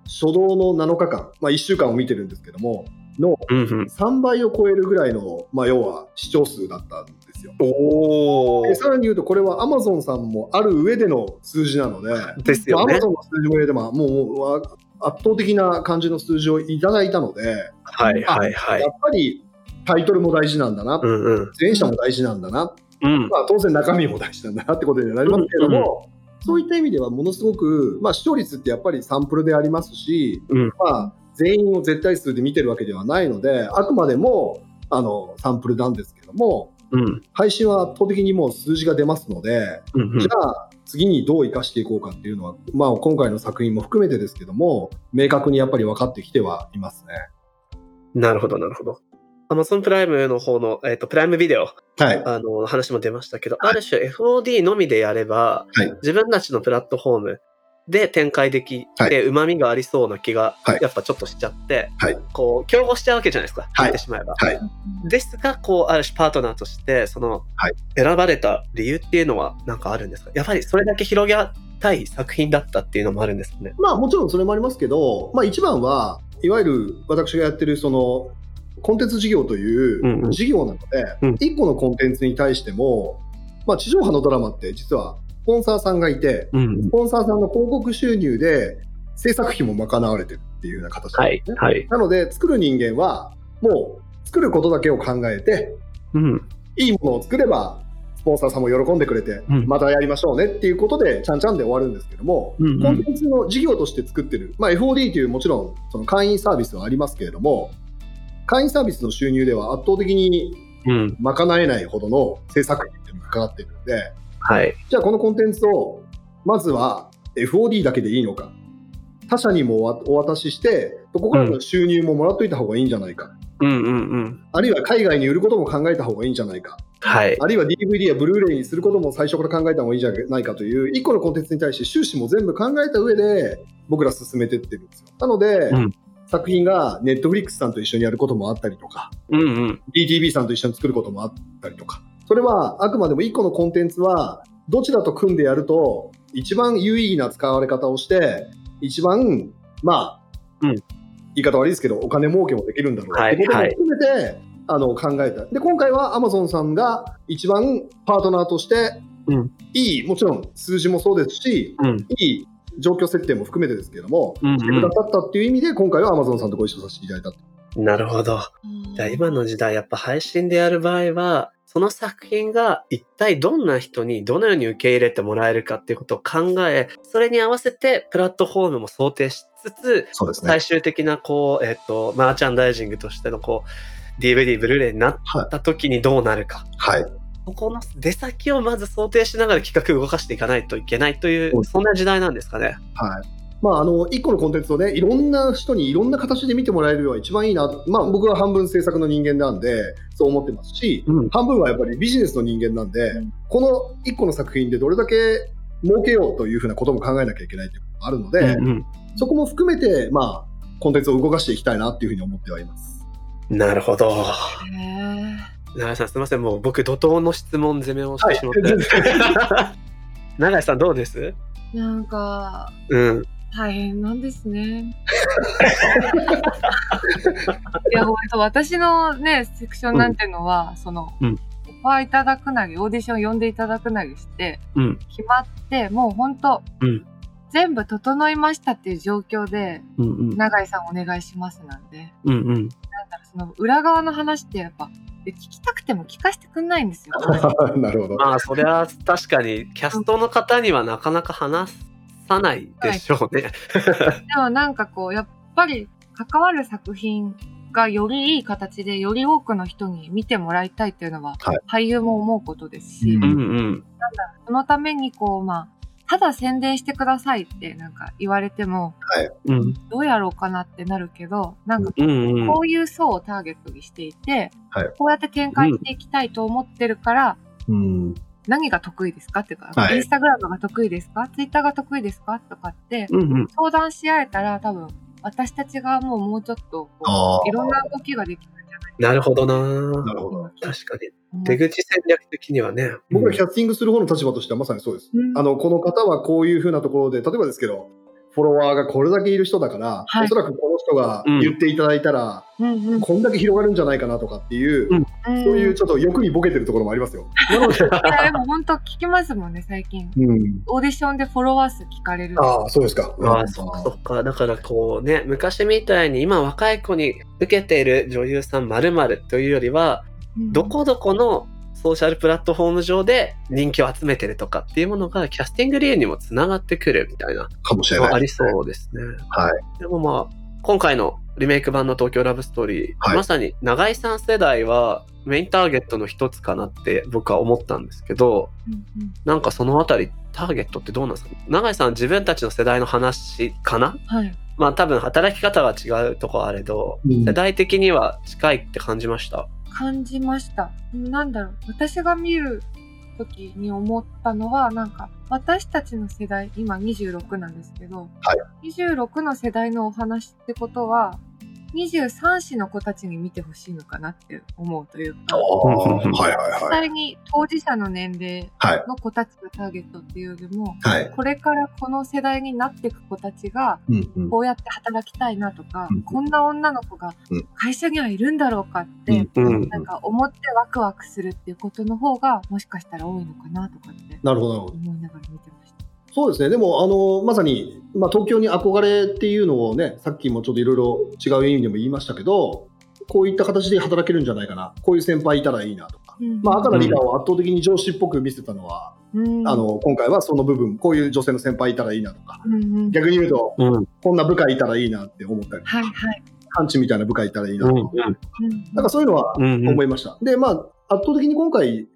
[SPEAKER 3] 初動の7日間、まあ、1週間を見てるんですけども、の
[SPEAKER 1] うんうん。
[SPEAKER 3] 3倍を超えるぐらいの、まあ、要は視聴数だったんですよ。
[SPEAKER 1] お
[SPEAKER 3] で
[SPEAKER 1] ー。
[SPEAKER 3] さらに言うと、これは Amazon さんもある上での数字なので、
[SPEAKER 1] ですよ
[SPEAKER 3] まあ
[SPEAKER 1] ね。
[SPEAKER 3] Amazon の数字も入れても、もうわ圧倒的な感じの数字をいただいたので、
[SPEAKER 1] はいはいは
[SPEAKER 3] や
[SPEAKER 1] い。
[SPEAKER 3] っぱりタイトルも大事なんだな
[SPEAKER 1] うんうん。
[SPEAKER 3] 前者も大事なんだな、
[SPEAKER 1] うん。
[SPEAKER 3] まあ、当然中身も大事なんだなってことになりますけれども、そういった意味ではものすごく、まあ、視聴率ってやっぱりサンプルでありますし、
[SPEAKER 1] うん
[SPEAKER 3] まあ、全員を絶対数で見てるわけではないのであくまでもあのサンプルなんですけども
[SPEAKER 1] うん。
[SPEAKER 3] 配信は圧倒的にもう数字が出ますので、
[SPEAKER 1] うん
[SPEAKER 3] じゃあ次にどう生かしていこうかっていうのは、まあ、今回の作品も含めてですけども明確にやっぱり分かってきてはいますね。
[SPEAKER 1] なるほど、なるほど。Amazon プライムの方の、えっ、と、プライムビデオ、
[SPEAKER 3] はい、
[SPEAKER 1] あの、話も出ましたけど、ある種 FOD のみでやれば、
[SPEAKER 3] はい
[SPEAKER 1] 自分たちのプラットフォームで展開でき
[SPEAKER 3] は
[SPEAKER 1] て、旨味がありそうな気が
[SPEAKER 3] はい、
[SPEAKER 1] やっぱちょっとしちゃって、
[SPEAKER 3] はい
[SPEAKER 1] こう、競合しちゃうわけじゃないですか、
[SPEAKER 3] はい
[SPEAKER 1] 言ってしまえば。
[SPEAKER 3] はい
[SPEAKER 1] ですが、こう、ある種パートナーとして、その、
[SPEAKER 3] はい
[SPEAKER 1] 選ばれた理由っていうのはなんかあるんですかやはりそれだけ広げたい作品だったっていうのもあるんですかね。
[SPEAKER 3] まあもちろんそれもありますけど、まあ、一番はいわゆる私がやってるそのコンテンツ事業とい
[SPEAKER 1] うんうん
[SPEAKER 3] う事業なの
[SPEAKER 1] う
[SPEAKER 3] で
[SPEAKER 1] ん
[SPEAKER 3] 一個のコンテンツに対しても、まあ、地上波のドラマって実はスポンサーさんがいて
[SPEAKER 1] うん
[SPEAKER 3] ス。ポンサーさんの広告収入で制作費も賄われてるっていうような形なん
[SPEAKER 1] は
[SPEAKER 3] で
[SPEAKER 1] い
[SPEAKER 3] すね、。
[SPEAKER 1] はい。
[SPEAKER 3] なので作る人間はもう作ることだけを考えて
[SPEAKER 1] うん。
[SPEAKER 3] いいものを作ればスポンサーさんも喜んでくれて、
[SPEAKER 1] うん
[SPEAKER 3] またやりましょうねっていうことでちゃんちゃんで終わるんですけども、
[SPEAKER 1] うんうん
[SPEAKER 3] コンテンツの事業として作ってる、まあ、FOD というもちろんその会員サービスはありますけれども会員サービスの収入では圧倒的に
[SPEAKER 1] うん。
[SPEAKER 3] 賄えないほどの制作費っていうのがかかっているので
[SPEAKER 1] はい。
[SPEAKER 3] じゃあこのコンテンツをまずは FOD だけでいいのか他社にもお渡ししてそこからの収入ももらっといた方がいいんじゃないか、
[SPEAKER 1] うんうんうん。
[SPEAKER 3] あるいは海外に売ることも考えた方がいいんじゃないか
[SPEAKER 1] はい。
[SPEAKER 3] あるいは DVD やブルーレイにすることも最初から考えた方がいいんじゃないかという、1個のコンテンツに対して収支も全部考えた上で、僕ら進めてってるんですよ。なので、
[SPEAKER 1] うん
[SPEAKER 3] 作品が Netflix さんと一緒にやることもあったりとか、
[SPEAKER 1] うんうん。
[SPEAKER 3] DTV さんと一緒に作ることもあったりとか、それはあくまでも1個のコンテンツは、どちらと組んでやると、一番有意義な使われ方をして、一番、まあ、
[SPEAKER 1] うん
[SPEAKER 3] 言い方悪いですけど、お金儲けもできるんだろう
[SPEAKER 1] は
[SPEAKER 3] っ
[SPEAKER 1] い
[SPEAKER 3] てことも含めて、あの考えた。で、今回は Amazon さんが一番パートナーとして、
[SPEAKER 1] うん
[SPEAKER 3] いい、もちろん数字もそうですし、
[SPEAKER 1] うん。
[SPEAKER 3] いい状況設定も含めてですけれども、
[SPEAKER 1] うん
[SPEAKER 3] 役立ったっていう意味で、今回は Amazon さんとご一緒させていただいた。
[SPEAKER 1] うん、なるほど。じゃあ今の時代やっぱ配信でやる場合は、その作品が一体どんな人にどのように受け入れてもらえるかっていうことを考え、それに合わせてプラットフォームも想定しつつ、
[SPEAKER 3] そうです
[SPEAKER 1] 最終的なこう、えっ、と、マーチャンダイジングとしてのこう、DVD、ブルーレイになった時にどうなるか。
[SPEAKER 3] はい。
[SPEAKER 1] ここの出先をまず想定しながら企画を動かしていかないといけないとい
[SPEAKER 3] そう
[SPEAKER 1] う、
[SPEAKER 3] です
[SPEAKER 1] そんな時代なんですかね。
[SPEAKER 3] はい。まあ、あの1個のコンテンツをねいろんな人にいろんな形で見てもらえるのは一番いいな、まあ、僕は半分制作の人間なんでそう思ってますし
[SPEAKER 1] うん。
[SPEAKER 3] 半分はやっぱりビジネスの人間なんで、
[SPEAKER 2] ん
[SPEAKER 3] この1個の作品でどれだけ儲けようというふうなことも考えなきゃいけないということもあるので、
[SPEAKER 1] うん
[SPEAKER 3] そこも含めて、まあ、コンテンツを動かしていきたいなっていうふうに思ってはいます。
[SPEAKER 1] うん。なるほど。
[SPEAKER 2] へ
[SPEAKER 1] 永井さんすみませんもう僕怒涛の質問攻めを してしまって、
[SPEAKER 3] はい全
[SPEAKER 1] 永井さんどうです
[SPEAKER 2] ーなんか
[SPEAKER 1] うん
[SPEAKER 2] 大変なんです ね。いや、本当私のね、セクションなんてのは、その、
[SPEAKER 1] うん
[SPEAKER 2] オファーいただくなり、オーディション呼んでいただくなりして、
[SPEAKER 1] うん
[SPEAKER 2] 決まって、もう本当、
[SPEAKER 1] うん
[SPEAKER 2] 全部整いましたっていう状況で、
[SPEAKER 1] うんうん
[SPEAKER 2] 永井さんお願いしますなんで、
[SPEAKER 1] うんうん
[SPEAKER 2] なんだろう、その裏側の話ってやっぱ、で聞きたくても聞かせてくんないんですよ。
[SPEAKER 3] なるほど。
[SPEAKER 1] まあそれは確かにキャストの方にはなかなか話さないでしょうね、
[SPEAKER 2] でもなんかこうやっぱり関わる作品がよりいい形でより多くの人に見てもらいたいっていうのは、
[SPEAKER 3] は
[SPEAKER 2] 俳
[SPEAKER 3] い
[SPEAKER 2] 優も思うことですし、
[SPEAKER 3] うん
[SPEAKER 1] うんうん
[SPEAKER 2] そのためにこうまあただ宣伝してくださいってなんか言われても、
[SPEAKER 1] うん。
[SPEAKER 2] どうやろうかなってなるけど、なんか
[SPEAKER 1] うんうん。
[SPEAKER 2] こういう層をターゲットにしていて、
[SPEAKER 3] はい
[SPEAKER 2] こうやって展開していきたいと思ってるから、
[SPEAKER 3] うん。何
[SPEAKER 2] 何が得意ですかっていうか、
[SPEAKER 3] はい
[SPEAKER 2] インスタグラムが得意ですかツイッターが得意ですかとかって、
[SPEAKER 1] うんうん。
[SPEAKER 2] 相談し合えたら多分、私たちがもうもうちょっと
[SPEAKER 3] あ
[SPEAKER 2] こう、
[SPEAKER 3] ー
[SPEAKER 2] いろんな動きができるんじゃない
[SPEAKER 1] なるほどな
[SPEAKER 3] な
[SPEAKER 1] ー
[SPEAKER 3] るほど。
[SPEAKER 1] 確かに。
[SPEAKER 2] かな
[SPEAKER 1] 出口戦略的にはね。
[SPEAKER 3] 僕ら
[SPEAKER 1] うん
[SPEAKER 3] キャスティングする方の立場としてはまさにそうです。
[SPEAKER 2] うん
[SPEAKER 3] あの、この方はこういうふうなところで、例えばですけど、フォロワーがこれだけいる人だから、
[SPEAKER 2] はい
[SPEAKER 3] おそらくこの人が言っていただいたら、
[SPEAKER 2] うんうん
[SPEAKER 3] こんだけ広がるんじゃないかなとかっていう、
[SPEAKER 1] うん
[SPEAKER 3] そういうちょっと欲にボケてるところもありますよ。
[SPEAKER 2] いやでも本当聞きますもんね、最近。
[SPEAKER 3] うん。
[SPEAKER 2] オーディションでフォロワー数聞かれる。
[SPEAKER 3] ああ、そうですか。
[SPEAKER 1] ああ、そっかそっか。だからこうね、昔みたいに今若い子に受けている女優さん〇〇というよりは、
[SPEAKER 2] うん
[SPEAKER 1] どこどこのソーシャルプラットフォーム上で人気を集めてるとかっていうものがキャスティング理由にもつながってくるみたいな、
[SPEAKER 3] かもしれ
[SPEAKER 1] あ
[SPEAKER 3] ない。
[SPEAKER 1] りそうですね。
[SPEAKER 3] はい。
[SPEAKER 1] でもまあ、今回のリメイク版の東京ラブストーリー、
[SPEAKER 3] はい
[SPEAKER 1] まさに永井さん世代はメインターゲットの一つかなって僕は思ったんですけど、
[SPEAKER 2] うんうん
[SPEAKER 1] なんかそのあたりターゲットってどうなんですか永井さん自分たちの世代の話かな
[SPEAKER 2] はい。
[SPEAKER 1] まあ多分働き方は違うとこあれど、
[SPEAKER 3] うん
[SPEAKER 1] 世代的には近いって感じました。
[SPEAKER 2] 感じました。なんだろう。私が見る時に思ったのは、なんか、私たちの世代、今26なんですけど、
[SPEAKER 3] は
[SPEAKER 2] 26の世代のお話ってことは、23子の子たちに見てほしいのかなって思うという
[SPEAKER 3] あ
[SPEAKER 2] か
[SPEAKER 3] あ、、はいはい
[SPEAKER 2] 実
[SPEAKER 3] はい。
[SPEAKER 2] 際に当事者の年齢
[SPEAKER 3] はい。
[SPEAKER 2] の子たちがターゲットっていうよりも、
[SPEAKER 3] はい。
[SPEAKER 2] これからこの世代になっていく子たちが、
[SPEAKER 3] うんうん
[SPEAKER 2] こうやって働きたいなとか、
[SPEAKER 3] うん
[SPEAKER 2] こんな女の子が
[SPEAKER 3] うん
[SPEAKER 2] 会社にはいるんだろうかって、
[SPEAKER 1] うん
[SPEAKER 2] なんか思ってワクワクするっていうことの方がもしかしたら多いのかなとかって
[SPEAKER 3] なるほど、なるほど。
[SPEAKER 2] 思いながら見てました。
[SPEAKER 3] そうですね、でも、あのまさに、まあ、東京に憧れっていうのをね、さっきもちょっといろいろ違う意味でも言いましたけど、こういった形で働けるんじゃないかな、こういう先輩いたらいいなとか、まあ、赤
[SPEAKER 1] だ
[SPEAKER 3] 田理科を圧倒的に上司っぽく見せたのは、
[SPEAKER 2] うん
[SPEAKER 3] あ、の今回はその部分、こういう女性の先輩いたらいいなとか、
[SPEAKER 2] うんうん
[SPEAKER 3] 逆に言うと、
[SPEAKER 1] うん。うん。
[SPEAKER 3] こんな部下いたらいいなって思ったり、
[SPEAKER 2] はいはい。
[SPEAKER 3] ハンチみたいな部下いたらいいな
[SPEAKER 1] う
[SPEAKER 3] と
[SPEAKER 1] ん
[SPEAKER 3] か、。なんかそういうのは
[SPEAKER 1] うん。うん
[SPEAKER 3] 思いました。で、まあ、圧倒的に今回、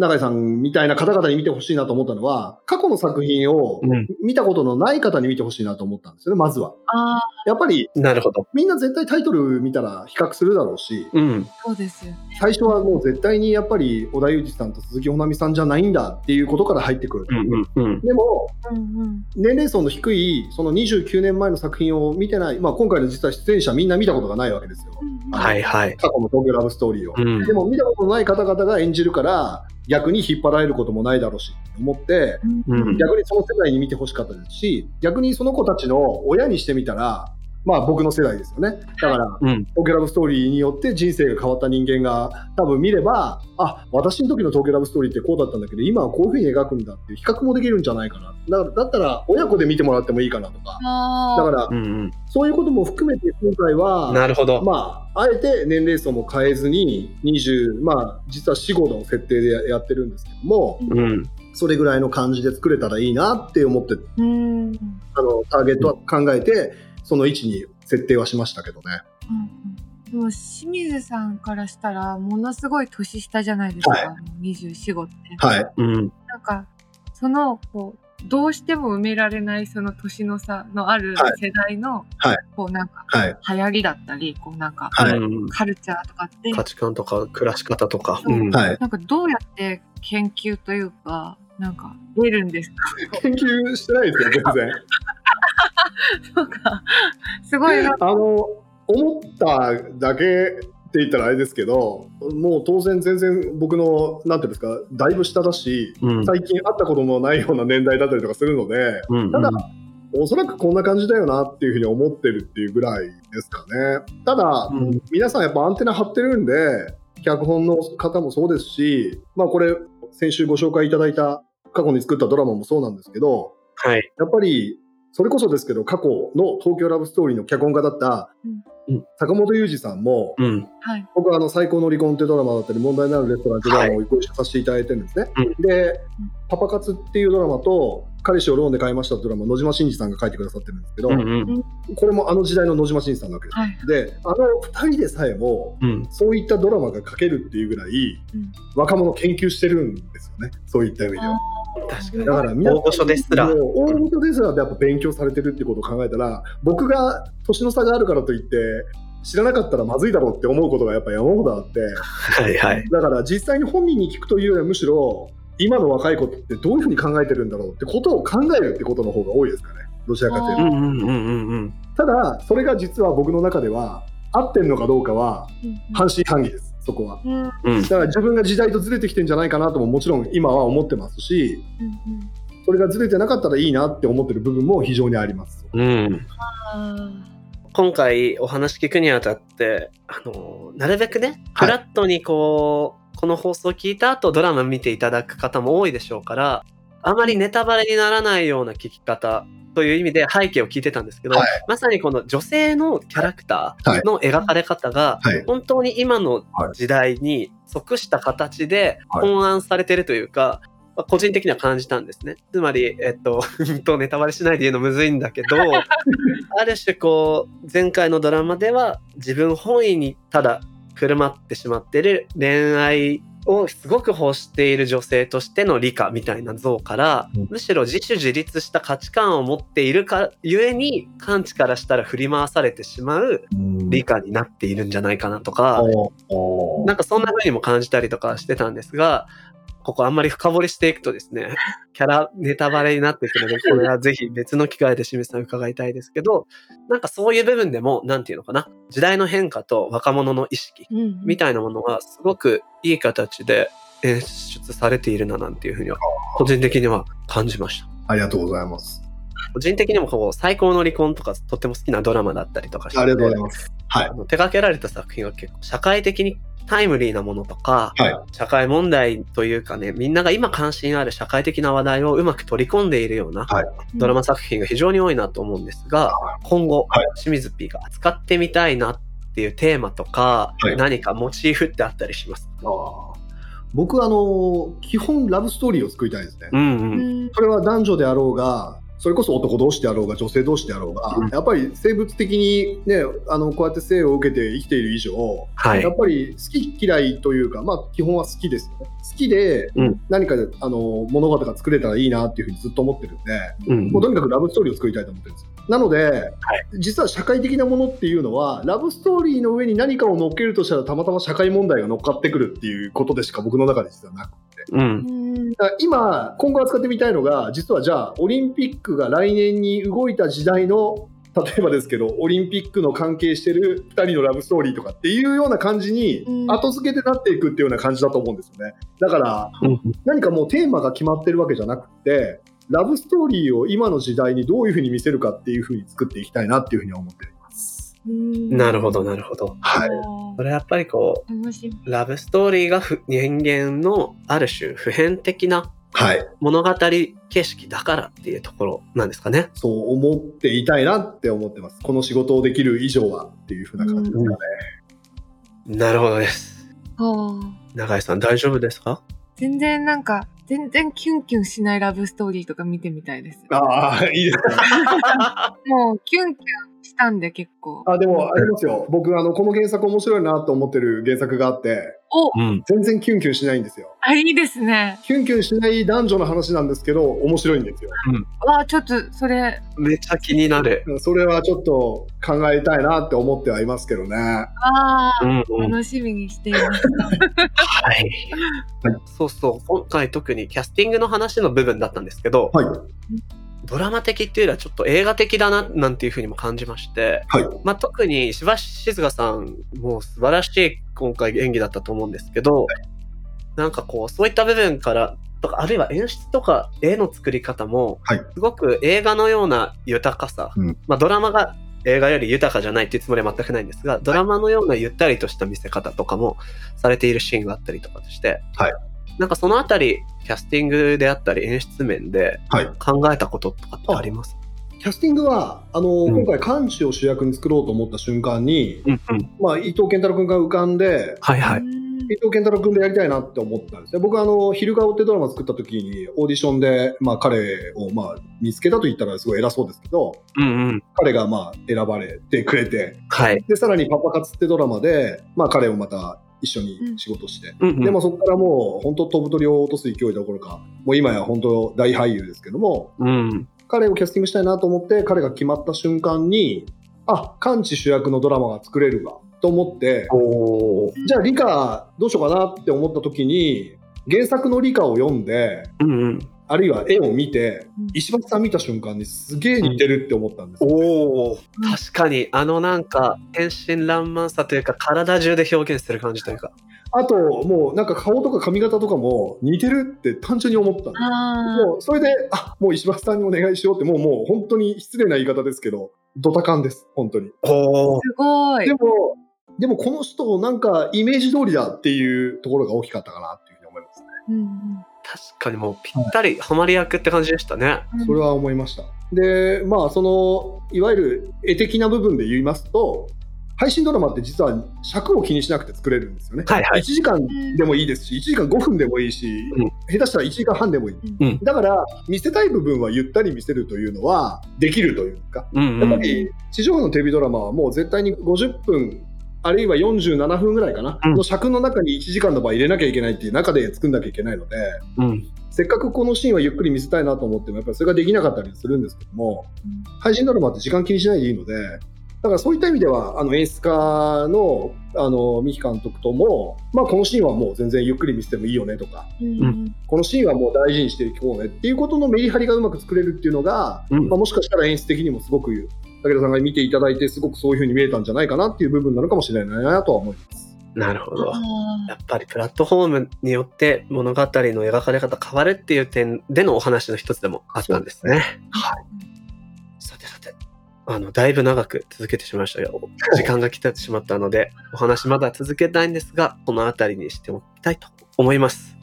[SPEAKER 3] 永井さんみたいな方々に見てほしいなと思ったのは、過去の作品を
[SPEAKER 1] うん
[SPEAKER 3] 見たことのない方に見てほしいなと思ったんですよね、まずは。
[SPEAKER 2] ああ、
[SPEAKER 3] やっぱり、
[SPEAKER 1] なるほど。
[SPEAKER 3] みんな絶対タイトル見たら比較するだろうし、
[SPEAKER 1] うん。
[SPEAKER 2] そうですよね。
[SPEAKER 3] 最初はもう絶対にやっぱり織田裕二さんと鈴木保奈美さんじゃないんだっていうことから入ってくる。
[SPEAKER 1] うん。うん。うん。
[SPEAKER 3] でも、
[SPEAKER 2] うんうん。。
[SPEAKER 3] 年齢層の低い、その29年前の作品を見てない、まあ今回の実は出演者みんな見たことがないわけですよ。
[SPEAKER 1] はいいはい。
[SPEAKER 3] 過去の東京ラブストーリーを。
[SPEAKER 1] うん
[SPEAKER 3] で。も見たことのない方々が演じるから逆に引っ張られることもないだろうし思って
[SPEAKER 2] うん
[SPEAKER 1] うん
[SPEAKER 3] 逆にその世代に見てほしかったですし逆にその子たちの親にしてみたらまあ僕の世代ですよねだから
[SPEAKER 1] うん。
[SPEAKER 3] 「東京ラブストーリー」によって人生が変わった人間が多分見ればあ私の時の「東京ラブストーリー」ってこうだったんだけど今はこういうふうに描くんだっていう比較もできるんじゃないかなだからだったら親子で見てもらってもいいかなとか
[SPEAKER 2] あ
[SPEAKER 3] だ
[SPEAKER 2] あ。
[SPEAKER 3] から
[SPEAKER 1] うん。
[SPEAKER 3] そういうことも含めて今回
[SPEAKER 1] う
[SPEAKER 3] は
[SPEAKER 1] ん。なるほど。
[SPEAKER 3] まあ、あえて年齢層も変えずに20まあ実は4 5の設定でやってるんですけども
[SPEAKER 1] うん。
[SPEAKER 3] それぐらいの感じで作れたらいいなって思って
[SPEAKER 2] うん。うん
[SPEAKER 3] あのターゲットは考えてその位置に設定はしましたけどね。
[SPEAKER 2] うんでも清水さんからしたらものすごい年下じゃないですか、
[SPEAKER 3] はい
[SPEAKER 2] 24、5って。
[SPEAKER 3] はい、
[SPEAKER 1] うん。
[SPEAKER 2] なんか、その、こう、どうしても埋められないその年の差のある
[SPEAKER 3] はい
[SPEAKER 2] 世代の、
[SPEAKER 3] はい
[SPEAKER 2] こうなんか、
[SPEAKER 3] はい、
[SPEAKER 2] 流行りだったり、こうなんか、
[SPEAKER 3] はい
[SPEAKER 1] うん
[SPEAKER 2] カルチャーとかって、
[SPEAKER 1] 価値観とか暮らし方とか。
[SPEAKER 2] うん
[SPEAKER 3] はい、
[SPEAKER 2] なんかどうやって研究というか、なんか出るんですか
[SPEAKER 3] 研究してないですよ全然
[SPEAKER 2] とか、すごいな。
[SPEAKER 3] あの思っただけって言ったらあれですけどもう当然全然僕のなんていうんですかだいぶ下だし
[SPEAKER 1] うん。
[SPEAKER 3] 最近会ったこともないような年代だったりとかするので。
[SPEAKER 1] うん。
[SPEAKER 3] ただ、おそらくこんな感じだよなっていうふうに思ってるっていうぐらいですかね。ただ、
[SPEAKER 1] うん
[SPEAKER 3] 皆さんやっぱアンテナ張ってるんで、脚本の方もそうですし、まあこれ、先週ご紹介いただいた過去に作ったドラマもそうなんですけど、
[SPEAKER 1] はい。
[SPEAKER 3] やっぱり、それこそですけど、過去の東京ラブストーリーの脚本家だった
[SPEAKER 1] うん、
[SPEAKER 3] 坂本裕二さんも、
[SPEAKER 1] うん。
[SPEAKER 2] はい。
[SPEAKER 3] 僕はあの最高の離婚っていうドラマだったり問題のあるレストランっていうドラマをご一緒させていただいてるんですね、
[SPEAKER 1] うん
[SPEAKER 3] で、パパ活っていうドラマと彼氏をローンで買いました」ってドラマ野島伸二さんが書いてくださってるんですけど、
[SPEAKER 1] うんうん
[SPEAKER 3] これもあの時代の野島伸二さんなわけです。
[SPEAKER 2] はい。
[SPEAKER 3] であの2人でさえも
[SPEAKER 1] うん
[SPEAKER 3] そういったドラマが書けるっていうぐらい、
[SPEAKER 2] うん
[SPEAKER 3] 若者研究してるんですよねそういった意味では。
[SPEAKER 1] 確
[SPEAKER 3] だから皆さん
[SPEAKER 1] 大御所ですら
[SPEAKER 3] もう大御所ですらやっぱ勉強されてるってことを考えたら僕が年の差があるからといって知らなかったらまずいだろうって思うことがやっぱ山ほどあって
[SPEAKER 1] はいはい
[SPEAKER 3] だから実際に本人に聞くというよりはむしろ今の若い子ってどういうふうに考えてるんだろうってことを考えるってことの方が多いですかねどちらかという
[SPEAKER 1] う
[SPEAKER 3] と
[SPEAKER 1] んうんうんうんうん
[SPEAKER 3] ただそれが実は僕の中では合ってんのかどうかは
[SPEAKER 2] うん
[SPEAKER 3] 半信半疑ですそこは
[SPEAKER 2] うんうん
[SPEAKER 1] うん
[SPEAKER 3] だから自分が時代とずれてきてんじゃないかなとももちろん今は思ってますし
[SPEAKER 2] うん
[SPEAKER 3] それがずれてなかったらいいなって思ってる部分も非常にあります
[SPEAKER 1] うん
[SPEAKER 2] あ
[SPEAKER 1] 今回お話聞くにあたって、あのなるべくね、フ
[SPEAKER 3] はい
[SPEAKER 1] ラットにこう、この放送を聞いた後ドラマ見ていただく方も多いでしょうから、あまりネタバレにならないような聞き方という意味で背景を聞いてたんですけど、
[SPEAKER 3] はい
[SPEAKER 1] まさにこの女性のキャラクターの描かれ方が
[SPEAKER 3] はい、
[SPEAKER 1] 本当に今の時代に即した形で
[SPEAKER 3] はい
[SPEAKER 1] 本案されてるというか、まあ個人的には感じたんですね。つまり、えっと、 うんとネタバレしないで言うのむずいんだけ ど、ある種こう、前回のドラマでは自分本位にただ振る舞ってしまってる恋愛をすごく欲している女性としての理科みたいな像から、
[SPEAKER 3] うん
[SPEAKER 1] むしろ自主自立した価値観を持っているかゆえに感知からしたら振り回されてしまう理科になっているんじゃないかなとか、
[SPEAKER 3] おお
[SPEAKER 1] なんかそんな風にも感じたりとかしてたんですが、ここあんまり深掘りしていくとですね、 キャラネタバレになっていくの で、これはぜひ別の機会で清水さん伺いたいですけど、なんかそういう部分でも、なんていうのかな、時代の変化と若者の意識
[SPEAKER 2] ーうん
[SPEAKER 1] みたいなものがすごくいい形で演出されているななんていうふうには、個人的には感じました。
[SPEAKER 3] ありがとうございます
[SPEAKER 1] 個人的にもこう、最高の離婚とかとっても好きなドラマだったりとかして、
[SPEAKER 3] ありがとうございますは
[SPEAKER 1] あ
[SPEAKER 3] い
[SPEAKER 1] の手掛けられた作品は結構社会的にタイムリーなものとか、
[SPEAKER 3] はい
[SPEAKER 1] 社会問題というかねみんなが今関心ある社会的な話題をうまく取り込んでいるような
[SPEAKER 3] はい
[SPEAKER 1] ドラマ作品が非常に多いなと思うんですが、今後、
[SPEAKER 3] はい
[SPEAKER 1] 清水 P が扱ってみたいなっていうテーマとか、
[SPEAKER 3] はい
[SPEAKER 1] 何かモチーフってあったりしますか
[SPEAKER 3] あー僕はあの基本ラブストーリーを作りたいですね
[SPEAKER 1] うん
[SPEAKER 2] う
[SPEAKER 1] うんん
[SPEAKER 3] それは男女であろうがそれこそ男同士であろうが女性同士であろうが、
[SPEAKER 1] うん
[SPEAKER 3] やっぱり生物的にねあのこうやって性を受けて生きている以上、
[SPEAKER 1] はい
[SPEAKER 3] やっぱり好き嫌いというかまあ基本は好きですよね好きで
[SPEAKER 1] うん
[SPEAKER 3] 何かで、あの物語が作れたらいいなっていうふうにずっと思ってるんで、
[SPEAKER 1] うん
[SPEAKER 3] もうとにかくラブストーリーを作りたいと思ってるんですなので、実は社会的なものっていうのはラブストーリーの上に何かを乗っけるとしたらたまたま社会問題が乗っかってくるっていうことでしか僕の中で実はなく
[SPEAKER 1] うん
[SPEAKER 2] うん
[SPEAKER 3] だから今今後扱ってみたいのが実はじゃあオリンピックが来年に動いた時代の例えばですけどオリンピックの関係してる2人のラブストーリーとかっていうような感じに
[SPEAKER 2] うん
[SPEAKER 3] 後付けでなっていくっていうような感じだと思うんですよねだから
[SPEAKER 1] うん
[SPEAKER 3] 何かもうテーマが決まってるわけじゃなくてラブストーリーを今の時代にどういうふうに見せるかっていうふうに作っていきたいなっていうふうには思っています。
[SPEAKER 2] うん
[SPEAKER 1] なるほどなるほど
[SPEAKER 3] はい、
[SPEAKER 1] これやっぱりこ
[SPEAKER 2] 楽しみ
[SPEAKER 1] うラブストーリーがふ人間のある種普遍的な
[SPEAKER 3] はい
[SPEAKER 1] 物語形式だからっていうところなんですかね。
[SPEAKER 3] そう思っていたいなって思ってます。この仕事をできる以上はっていうふうな感じですかね。
[SPEAKER 1] なるほどです。
[SPEAKER 2] あー
[SPEAKER 1] 永井さん大丈夫ですか
[SPEAKER 2] 全然なんか全然キュンキュンしないラブストーリーとか見てみたいです
[SPEAKER 3] ああ、いいですね。
[SPEAKER 2] もうキュンキュンしたんで結構
[SPEAKER 3] あでもありますよ僕あのこの原作面白いなと思ってる原作があって
[SPEAKER 2] お
[SPEAKER 1] うん。
[SPEAKER 3] 全然キュンキュンしないんですよ
[SPEAKER 2] あいいですね
[SPEAKER 3] キュンキュンしない男女の話なんですけど面白いんですよ
[SPEAKER 2] わあちょっとそれ
[SPEAKER 1] めっちゃ気になる。
[SPEAKER 3] それはちょっと考えたいなって思ってはいますけどねは
[SPEAKER 2] あー
[SPEAKER 1] ん、
[SPEAKER 2] 楽しみにしています
[SPEAKER 1] はい。そうそう。今回特にキャスティングの話の部分だったんですけど、
[SPEAKER 3] い
[SPEAKER 1] ドラマ的っていうよりはちょっと映画的だななんていうふうにも感じまして、
[SPEAKER 3] はい
[SPEAKER 1] まあ、特に柴静香さんも素晴らしい今回演技だったと思うんですけど、なんかこうそういった部分からとかあるいは演出とか絵の作り方も、
[SPEAKER 3] はい
[SPEAKER 1] すごく映画のような豊かさ、
[SPEAKER 3] うん
[SPEAKER 1] まあ、ドラマが映画より豊かじゃないっていうつもりは全くないんですがドラマのようなゆったりとした見せ方とかもされているシーンがあったりとかして、
[SPEAKER 3] はい
[SPEAKER 1] なんかそのあたりキャスティングであったり演出面で
[SPEAKER 3] はい
[SPEAKER 1] 考えたこととかってあります
[SPEAKER 3] キャスティングはあの、
[SPEAKER 1] うん
[SPEAKER 3] 今回漢字を主役に作ろうと思った瞬間に、
[SPEAKER 1] うんうん。
[SPEAKER 3] まあ、伊藤健太郎君が浮かんで
[SPEAKER 1] はいは
[SPEAKER 2] う
[SPEAKER 1] い。
[SPEAKER 2] ん
[SPEAKER 3] 伊藤健太郎君でやりたいなって思ったんですね。僕はあの、昼顔ってドラマ作った時に、オーディションで、まあ彼を、まあ見つけたと言ったらすごい偉そうですけど、
[SPEAKER 1] うんうん。
[SPEAKER 3] 彼がまあ選ばれてくれて、
[SPEAKER 1] はい。
[SPEAKER 3] で、さらにパパ活ってドラマで、まあ彼をまた一緒に仕事して、
[SPEAKER 1] うんうん、
[SPEAKER 3] でもそこからもう本当飛ぶ鳥を落とす勢いどころか、もう今や本当大俳優ですけども、
[SPEAKER 1] うん。
[SPEAKER 3] 彼をキャスティングしたいなと思って、彼が決まった瞬間に、あ、完治主役のドラマが作れるわ、と思って、
[SPEAKER 1] おお。
[SPEAKER 3] じゃあ理科どうしようかなって思った時に、原作の理科を読んで、
[SPEAKER 1] うんうん。
[SPEAKER 3] あるいは絵を見て
[SPEAKER 2] うん、
[SPEAKER 3] 石橋さん見た瞬間にすげえ似てるって思ったんですよ。
[SPEAKER 1] おお。確かに、あのなんか、天真爛漫さというか、体中で表現してる感じというか。
[SPEAKER 3] あと、もうなんか顔とか髪型とかも似てるって単純に思ったんです。もうそれで、あもう石橋さんにお願いしようって、もうもう本当に失礼な言い方ですけど、ドタカンです、本当に。
[SPEAKER 1] おお。
[SPEAKER 2] すごい
[SPEAKER 3] で。も、でもこの人をなんかイメージ通りだっていうところが大きかったかなっていうふうに思いますね。
[SPEAKER 2] うん
[SPEAKER 1] 確かにもうぴったり、ハマり役って感じでしたね。
[SPEAKER 2] うん
[SPEAKER 3] それは思いました。で、まあ、その、いわゆる絵的な部分で言いますと、配信ドラマって実は尺を気にしなくて作れるんですよね。
[SPEAKER 1] はいは
[SPEAKER 3] 1
[SPEAKER 1] い。
[SPEAKER 3] 時間でもいいですし、1時間5分でもいいし、
[SPEAKER 1] うん
[SPEAKER 3] 下手したら1時間半でもいい。
[SPEAKER 1] うん
[SPEAKER 3] だから、見せたい部分はゆったり見せるというのは、できるというか、
[SPEAKER 1] うん、う
[SPEAKER 3] やっぱ
[SPEAKER 1] ん。
[SPEAKER 3] り地上波のテレビドラマはもう絶対に50分あるいは47分ぐらいかな、
[SPEAKER 1] うん
[SPEAKER 3] の尺の中に1時間の場合入れなきゃいけないっていう中で作んなきゃいけないので
[SPEAKER 1] うん。
[SPEAKER 3] せっかくこのシーンはゆっくり見せたいなと思ってもやっぱりそれができなかったりするんですけども配信ドラマって時間気にしないでいいのでだからそういった意味ではあの演出家のあの三木監督とも、まあ、このシーンはもう全然ゆっくり見せてもいいよねとか
[SPEAKER 2] うん
[SPEAKER 3] このシーンはもう大事にしていこうねっていうことのメリハリがうまく作れるっていうのが、
[SPEAKER 1] うん
[SPEAKER 3] まあ、もしかしたら演出的にもすごく武田さんが見ていただいてすごくそういうふうに見えたんじゃないかなっていう部分なのかもしれないなとは思います。
[SPEAKER 1] なるほど。
[SPEAKER 2] あ
[SPEAKER 1] やっぱりプラットフォームによって物語の描かれ方変わるっていう点でのお話の一つでもあったんですね。はい。さてさて、あの、だいぶ長く続けてしまいましたよ。時間が来てしまったので、お話まだ続けたいんですが、このあたりにしておきたいと思います。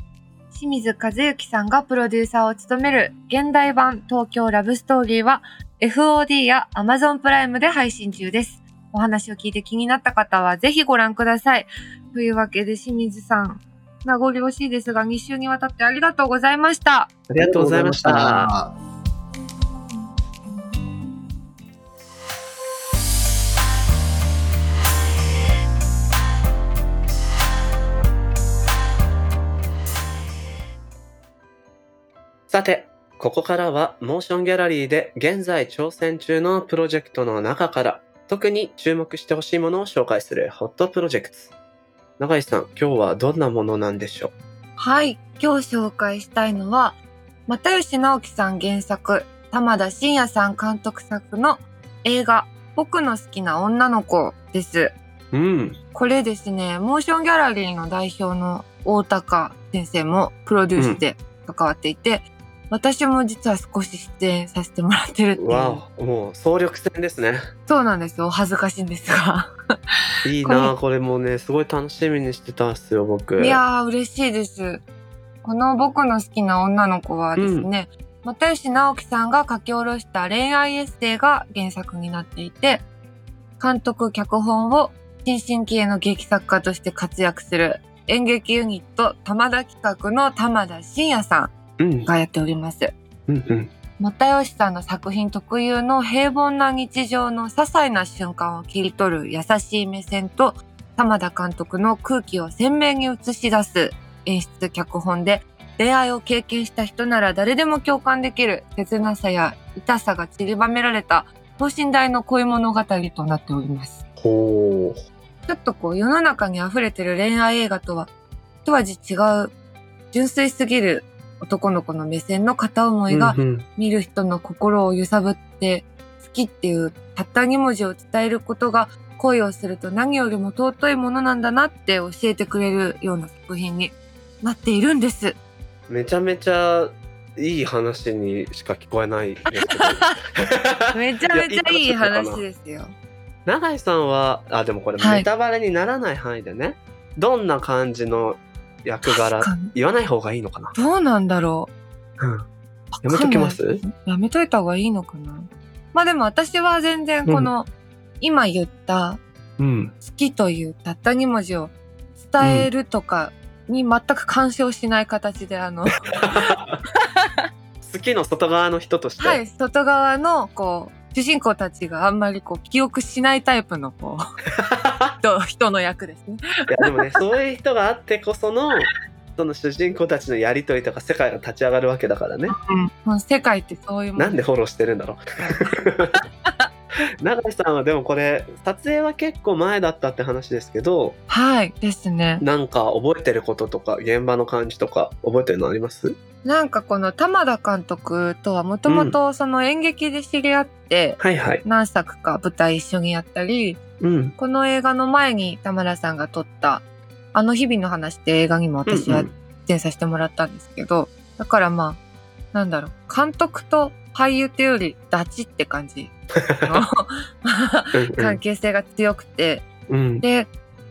[SPEAKER 2] ー清水和幸さんがプロデューサーを務める現代版東京ラブストーリーは FOD や Amazon プライムで配信中です。お話を聞いて気になった方はぜひご覧ください。というわけで清水さん、名残惜しいですが2週にわたってありがとうございました。
[SPEAKER 1] ありがとうございまし
[SPEAKER 3] ありがとうござい
[SPEAKER 1] た
[SPEAKER 3] ま。した。
[SPEAKER 1] さて、ここからはモーションギャラリーで現在挑戦中のプロジェクトの中から特に注目してほしいものを紹介するホットプロジェクト。永井さん、今日はどんなものなんでしょ
[SPEAKER 2] はい、今日紹介したいのは、又吉直樹さん原作、玉田真也さん監督作の映画、僕の好きな女の子です。
[SPEAKER 1] ううん。
[SPEAKER 2] これですね、モーションギャラリーの代表の大高先生もプロデュースで関わっていて、私も実は少し出演させてもらってるっていう。
[SPEAKER 1] わお、もう総力戦ですね。
[SPEAKER 2] そうなんですよ。お恥ずかしいんですが。
[SPEAKER 1] いいなあこれもね、すごい楽しみにしてたんですよ、僕。
[SPEAKER 2] いやー、嬉しいです。この僕の好きな女の子はですね、又吉直樹さんが書き下ろした恋愛エッセイが原作になっていて、監督、脚本を新進気鋭の劇作家として活躍する演劇ユニット、玉田企画の玉田真也さ
[SPEAKER 1] うん
[SPEAKER 2] ん。がやっております。
[SPEAKER 1] うんうん。
[SPEAKER 2] 又吉さんの作品特有の平凡な日常の些細な瞬間を切り取る優しい目線と玉田監督の空気を鮮明に映し出す演出脚本で恋愛を経験した人なら誰でも共感できる切なさや痛さが散りばめられた等身大の恋物語となっております。
[SPEAKER 1] ほう。
[SPEAKER 2] ちょっとこう世の中に溢れてる恋愛映画とは一味違う純粋すぎる男の子の目線の片思いが
[SPEAKER 1] うんうん
[SPEAKER 2] 見る人の心を揺さぶって好きっていうたった2文字を伝えることが恋をすると何よりも尊いものなんだなって教えてくれるような作品になっているんです。
[SPEAKER 1] めちゃめちゃいい話にしか聞こえないですけど
[SPEAKER 2] めちゃめちゃいい
[SPEAKER 1] や
[SPEAKER 2] 話ですよ。
[SPEAKER 1] 永井さんはあでもこれ
[SPEAKER 2] はい
[SPEAKER 1] ネタバレにならない範囲でね、どんな感じの役柄
[SPEAKER 2] 確かに
[SPEAKER 1] 言わない方がいいのかな、
[SPEAKER 2] どうなんだろう。
[SPEAKER 1] やめときます
[SPEAKER 2] やめといた方がいいのかな。まあでも私は全然この、今言った
[SPEAKER 1] うん
[SPEAKER 2] 好きというたった2文字を伝えるとかに全く干渉しない形で、あの、
[SPEAKER 1] 好きの外側の人として。
[SPEAKER 2] はい、外側の、こう、主人公たちがあんまりこう、記憶しないタイプの、こ う、人人の役ですね。
[SPEAKER 1] いやでもね そういう人があってこそのその主人公たちのやりとりとか世界が立ち上がるわけだからね
[SPEAKER 2] うん、世界ってそういうもの
[SPEAKER 1] なんでフォローしてるんだろう 永井さんはでもこれ撮影は結構前だったって話ですけど
[SPEAKER 2] はい、ですね。
[SPEAKER 1] なんか覚えてることとか現場の感じとか覚えてるのあります
[SPEAKER 2] なんかこの玉田監督とはもともとその演劇で知り合って、
[SPEAKER 1] はいはい
[SPEAKER 2] 何作か舞台一緒にやったり、
[SPEAKER 1] うん
[SPEAKER 2] この映画の前に玉田さんが撮った、あの日々の話って映画にも私は出演させてもらったんですけど、だからまあ、なんだろう、監督と俳優っていうより、ダチって感じ の関係性が強くて、
[SPEAKER 1] うん
[SPEAKER 2] で、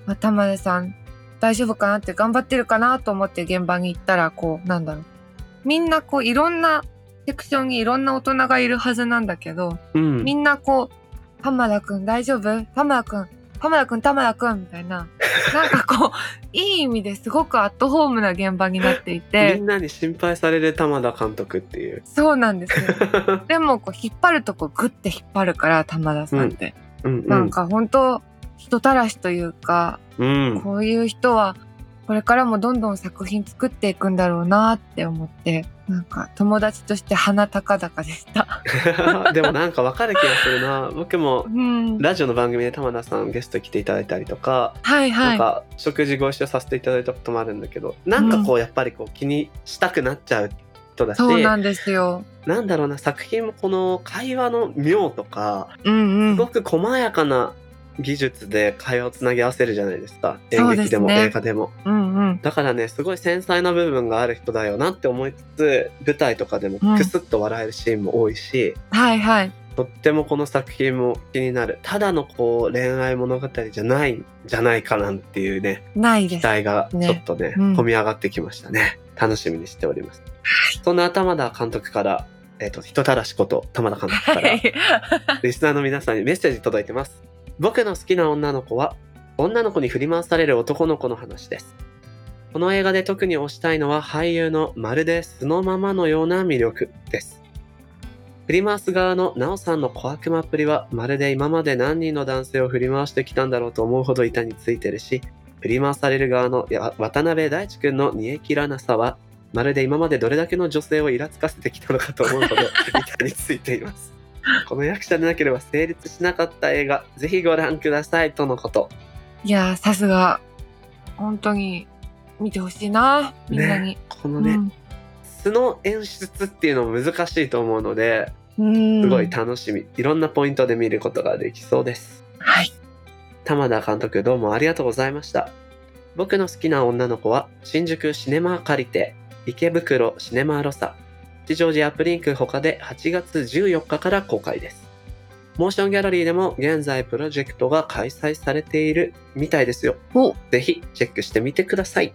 [SPEAKER 2] まあ、玉田さん大丈夫かなって頑張ってるかなと思って現場に行ったらこうなんだろうみんなこういろんなセクションにいろんな大人がいるはずなんだけど
[SPEAKER 1] うん
[SPEAKER 2] みんなこう「浜田くん大丈夫浜田くん浜田くん玉田くん」みたい ななんかこういい意味ですごくアットホームな現場になってい
[SPEAKER 1] み
[SPEAKER 2] て
[SPEAKER 1] んなに心配される玉田監督っていう
[SPEAKER 2] そうなんですよ でもこう引っ張るとこグッて引っ張るから玉田さんって、
[SPEAKER 1] うんう
[SPEAKER 2] なん
[SPEAKER 1] ん
[SPEAKER 2] か本当人たらしというか
[SPEAKER 1] うん
[SPEAKER 2] こういう人はこれからもどんどん作品作っていくんだろうなって思って、なんか友達として鼻高々でした。
[SPEAKER 1] でもなんかわかる気がするな僕も
[SPEAKER 2] うん。
[SPEAKER 1] ラジオの番組で玉田さんゲスト来ていただいたりとか
[SPEAKER 2] はいは
[SPEAKER 1] なん
[SPEAKER 2] い。
[SPEAKER 1] か食事ご一緒させていただいたこともあるんだけどなんかこうやっぱりこう気にしたくなっちゃう人だし、
[SPEAKER 2] そうな
[SPEAKER 1] なん
[SPEAKER 2] ですよ。
[SPEAKER 1] んだろうな作品もこの会話の妙とか
[SPEAKER 2] うん
[SPEAKER 1] す
[SPEAKER 2] うん
[SPEAKER 1] ご。く細やかな技術で会話をつなぎ合わせるじゃないですか演
[SPEAKER 2] そうで
[SPEAKER 1] 劇ですも
[SPEAKER 2] ね
[SPEAKER 1] 映画でも
[SPEAKER 2] うんうん。
[SPEAKER 1] だからねすごい繊細な部分がある人だよなって思いつつ舞台とかでも
[SPEAKER 2] うん
[SPEAKER 1] クスッと笑えるシーンも多いし、
[SPEAKER 2] はいはい。
[SPEAKER 1] とってもこの作品も気になるただのこう恋愛物語じゃないんじゃないかなんていうね
[SPEAKER 2] ないで
[SPEAKER 1] 期
[SPEAKER 2] す。
[SPEAKER 1] 待がちょっとね
[SPEAKER 2] うん
[SPEAKER 1] 込み上がってきましたね楽しみにしております、そんな玉田監督から、えっと人たらしこと玉田監督から、
[SPEAKER 2] はい。
[SPEAKER 1] リスナーの皆さんにメッセージ届いてます僕の好きな女の子は女の子に振り回される男の子の話ですこの映画で特に推したいのは俳優のまるで素のままのような魅力です振り回す側の奈緒さんの小悪魔っぷりはまるで今まで何人の男性を振り回してきたんだろうと思うほど板についてるし振り回される側のや渡辺大地君の煮え切らなさはまるで今までどれだけの女性をイラつかせてきたのかと思うほど板についていますこの役者でなければ成立しなかった映画ぜひご覧くださいとのこと
[SPEAKER 2] いやー、さすが。本当に見てほしいな。みんなに。
[SPEAKER 1] このね、
[SPEAKER 2] うん
[SPEAKER 1] 素の演出っていうのも難しいと思うので
[SPEAKER 2] うん。
[SPEAKER 1] すごい楽しみ、いろんなポイントで見ることができそうです
[SPEAKER 2] はい。
[SPEAKER 1] 玉田監督どうもありがとうございました僕の好きな女の子は新宿シネマ借りて池袋シネマロサ吉祥寺アップリンク他で8月14日から公開ですモーションギャラリーでも現在プロジェクトが開催されているみたいですよ
[SPEAKER 2] お、
[SPEAKER 1] ぜひチェックしてみてください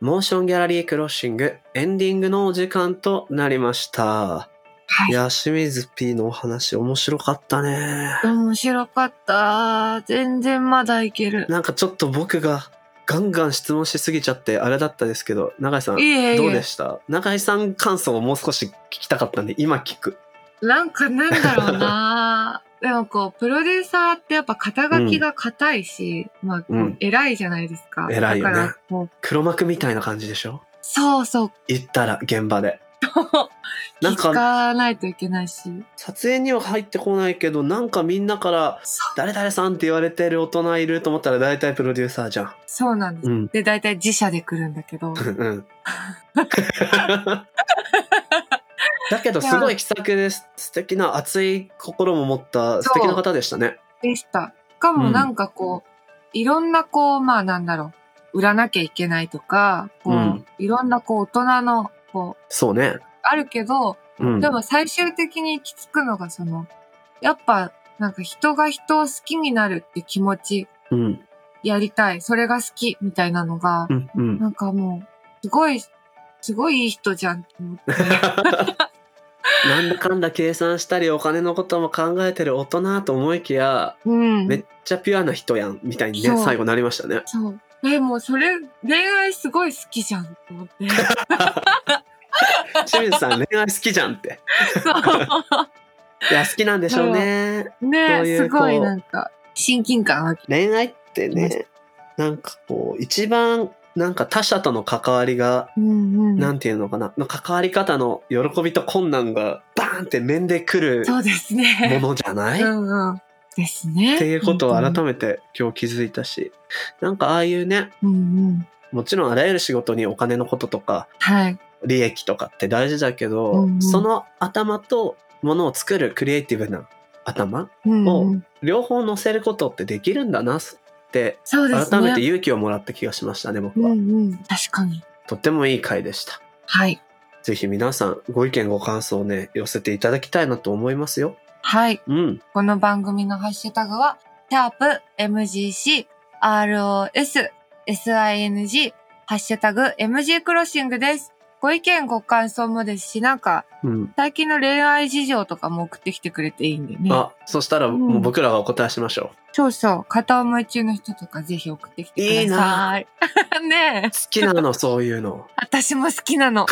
[SPEAKER 1] モーションギャラリークロッシングエンディングのお時間となりました。
[SPEAKER 2] はいい。
[SPEAKER 1] や、清水 P のお話面白かったね。
[SPEAKER 2] 面白かった。全然まだいける。
[SPEAKER 1] なんかちょっと僕がガンガン質問しすぎちゃってあれだったですけど、永井さん、
[SPEAKER 2] いえいえ。
[SPEAKER 1] どうでした永井さん感想をもう少し聞きたかったんで、今聞く。
[SPEAKER 2] なんかなんだろう なでもこう、プロデューサーってやっぱ肩書きが硬いし、まあこう、
[SPEAKER 1] うん
[SPEAKER 2] 偉いじゃないですか。
[SPEAKER 1] 偉いよね
[SPEAKER 2] だからこう、
[SPEAKER 1] 黒幕みたいな感じでしょ
[SPEAKER 2] そうそう、
[SPEAKER 1] 行ったら現場 で。なん
[SPEAKER 2] 聞
[SPEAKER 1] か
[SPEAKER 2] かないといけないし。
[SPEAKER 1] 撮影には入ってこないけど、なんかみんなから
[SPEAKER 2] そう、
[SPEAKER 1] 誰々さんって言われてる大人いると思ったら大体プロデューサーじゃん。
[SPEAKER 2] そうなんです。
[SPEAKER 1] うん。
[SPEAKER 2] で、大体自社で来るんだけ
[SPEAKER 1] う
[SPEAKER 2] ど。
[SPEAKER 1] ん。だけどすごい気さくです素敵な熱い心も持った素敵な方でしたね。
[SPEAKER 2] でした。しかもなんかこう、いろんなこう、まあなんだろう、売らなきゃいけないとか、こう、
[SPEAKER 1] うん
[SPEAKER 2] いろんなこう、大人の、こう、
[SPEAKER 1] そうね。
[SPEAKER 2] あるけど、
[SPEAKER 1] うん
[SPEAKER 2] で。も最終的に行き着くのがその、やっぱなんか人が人を好きになるって気持ち、
[SPEAKER 1] うん。
[SPEAKER 2] やりたい、それが好きみたいなのが
[SPEAKER 1] う、ん。うん。
[SPEAKER 2] なんかもう、すごい、すごいいい人じゃんって思って。
[SPEAKER 1] なんだかんだ計算したりお金のことも考えてる大人と思いきや、
[SPEAKER 2] うん
[SPEAKER 1] めっちゃピュアな人やんみたいにね
[SPEAKER 2] そう
[SPEAKER 1] 最後なりましたね。
[SPEAKER 2] そう。え、もうそれ、恋愛すごい好きじゃんと 思って。
[SPEAKER 1] 清水さん恋愛好きじゃんって。
[SPEAKER 2] そ
[SPEAKER 1] いや好きなんでしょうね。
[SPEAKER 2] う。ね
[SPEAKER 1] そうい
[SPEAKER 2] え、
[SPEAKER 1] う
[SPEAKER 2] すごい
[SPEAKER 1] こう
[SPEAKER 2] なんか、親近感ある。
[SPEAKER 1] 恋愛ってねなんかこう一番なんか他者との関わりが
[SPEAKER 2] うんう。
[SPEAKER 1] なんんていうのかなの関わり方の喜びと困難がバーンって面で来る
[SPEAKER 2] そうです
[SPEAKER 1] も
[SPEAKER 2] ね。
[SPEAKER 1] のじゃないうっ
[SPEAKER 2] んうん。ですね。
[SPEAKER 1] ていうことを改
[SPEAKER 2] て。
[SPEAKER 1] めて今日気づいたしなんかああいうね
[SPEAKER 2] うんうん。
[SPEAKER 1] もちろんあらゆる仕事にお金のこととか
[SPEAKER 2] はい。
[SPEAKER 1] 利益とかって大事だけど、
[SPEAKER 2] うんうん
[SPEAKER 1] その頭とものを作るクリエイティブな頭
[SPEAKER 2] うんう
[SPEAKER 1] も
[SPEAKER 2] ん。
[SPEAKER 1] 両方乗せることってできるんだなって
[SPEAKER 2] そうですね。
[SPEAKER 1] 改めて勇気をもらった気がしましたね僕
[SPEAKER 2] う
[SPEAKER 1] は、
[SPEAKER 2] んうん。確かに。
[SPEAKER 1] とってもいい回でした
[SPEAKER 2] はい。
[SPEAKER 1] ぜひ皆さんご意見ご感想をね寄せていただきたいなと思いますよ
[SPEAKER 2] はい。
[SPEAKER 1] うん
[SPEAKER 2] この番組のハッシュタグは、シャープ MGC、ROS、SING、ハッシュタグ MG クロッシングです。ご意見、ご感想もですし、なんか、
[SPEAKER 1] うん
[SPEAKER 2] 最近の恋愛事情とかも送ってきてくれていいんでね。
[SPEAKER 1] あそしたら
[SPEAKER 2] うん
[SPEAKER 1] もう僕らがお答えしましょ
[SPEAKER 2] そうそう。片思い中の人とかぜひ送ってきてください。 ねえ
[SPEAKER 1] う。好きなのそういうの
[SPEAKER 2] 私も好き なの。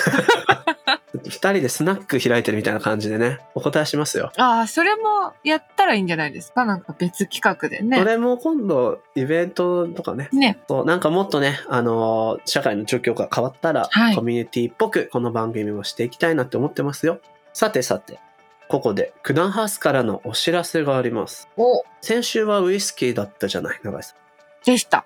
[SPEAKER 1] 2人でスナック開いてるみたいな感じでねお答えしますよ
[SPEAKER 2] ああ、それもやったらいいんじゃないですかなんか別企画で
[SPEAKER 1] そ
[SPEAKER 2] ね。
[SPEAKER 1] れも今度イベントとかね
[SPEAKER 2] ね。
[SPEAKER 1] そうなんかもっとね、あのー社会の状況が変わったら、
[SPEAKER 2] はい
[SPEAKER 1] コミュニティっぽくこの番組もしていきたいなって思ってますよ。さてさて、ここで九段ハウスからのお知らせがあります。
[SPEAKER 2] お、
[SPEAKER 1] 先週はウイスキーだったじゃない、永井さ
[SPEAKER 2] でした。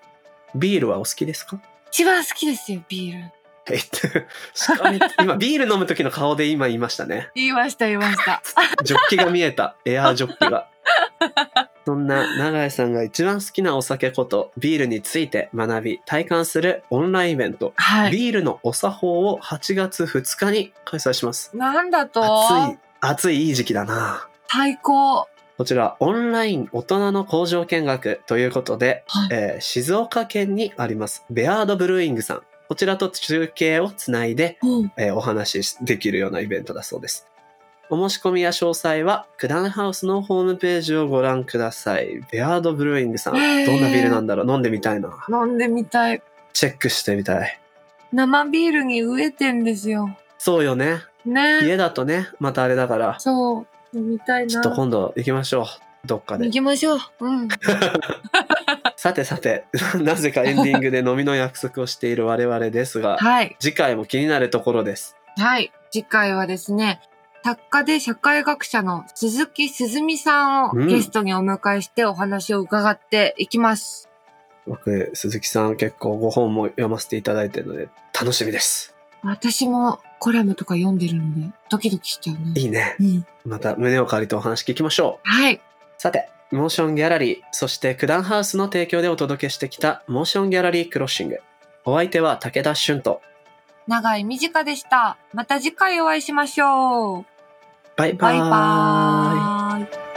[SPEAKER 1] ん。ビールはお好きですか
[SPEAKER 2] 一番好きですよ、ビール。
[SPEAKER 1] えっと、しかも今ビール飲む時の顔で今言いましたね。
[SPEAKER 2] 言いました、言いました。
[SPEAKER 1] ジョッキが見えた。エアージョッキが。そんな永井さんが一番好きなお酒ことビールについて学び体感するオンラインイベント
[SPEAKER 2] はい。
[SPEAKER 1] ビールのお作法を8月2日に開催します。
[SPEAKER 2] なんだと
[SPEAKER 1] 暑い、暑いいい時期だな。
[SPEAKER 2] 最高。
[SPEAKER 1] こちら、オンライン大人の工場見学ということで、
[SPEAKER 2] はい
[SPEAKER 1] えー静岡県にあります、ベアードブルーイングさん。こちらと中継をつないで、
[SPEAKER 2] うん。
[SPEAKER 1] えーお話しできるようなイベントだそうです。お申し込みや詳細は、九段ハウスのホームページをご覧ください。ベアードブルーイングさん。ど
[SPEAKER 2] へー
[SPEAKER 1] んなビールなんだろう飲んでみたいな。
[SPEAKER 2] 飲んでみたい。
[SPEAKER 1] チェックしてみたい。
[SPEAKER 2] 生ビールに飢えてんですよ。
[SPEAKER 1] そうよね。
[SPEAKER 2] ね。
[SPEAKER 1] 家だとね、またあれだから。
[SPEAKER 2] そう。飲みたい
[SPEAKER 1] ち
[SPEAKER 2] な。
[SPEAKER 1] ょっと今度行きましょう。どっかで
[SPEAKER 2] 行。きましょう。うん。
[SPEAKER 1] さてさて、 なぜかエンディングで飲みの約束をしている我々ですが、
[SPEAKER 2] はい。
[SPEAKER 1] 次回も気になるところです。
[SPEAKER 2] はい。次回はですね、作家で社会学者の鈴木すずみさんを
[SPEAKER 1] うん
[SPEAKER 2] ゲストにお迎えしてお話を伺っていきます。
[SPEAKER 1] 僕、鈴木さん結構ご本も読ませていただいてるので、楽しみです。
[SPEAKER 2] 私もコラムとか読んでるので、ドキドキしちゃうね。
[SPEAKER 1] いいね。
[SPEAKER 2] うん。
[SPEAKER 1] また胸を借りてお話聞きましょう。
[SPEAKER 2] はい。
[SPEAKER 1] さて、モーションギャラリー、そして九段ハウスの提供でお届けしてきたモーションギャラリークロッシング。お相手は武田俊と。
[SPEAKER 2] 長井美智香でした。また次回お会いしましょう。
[SPEAKER 1] バイバー
[SPEAKER 2] バイ
[SPEAKER 1] イ。
[SPEAKER 2] バーイ。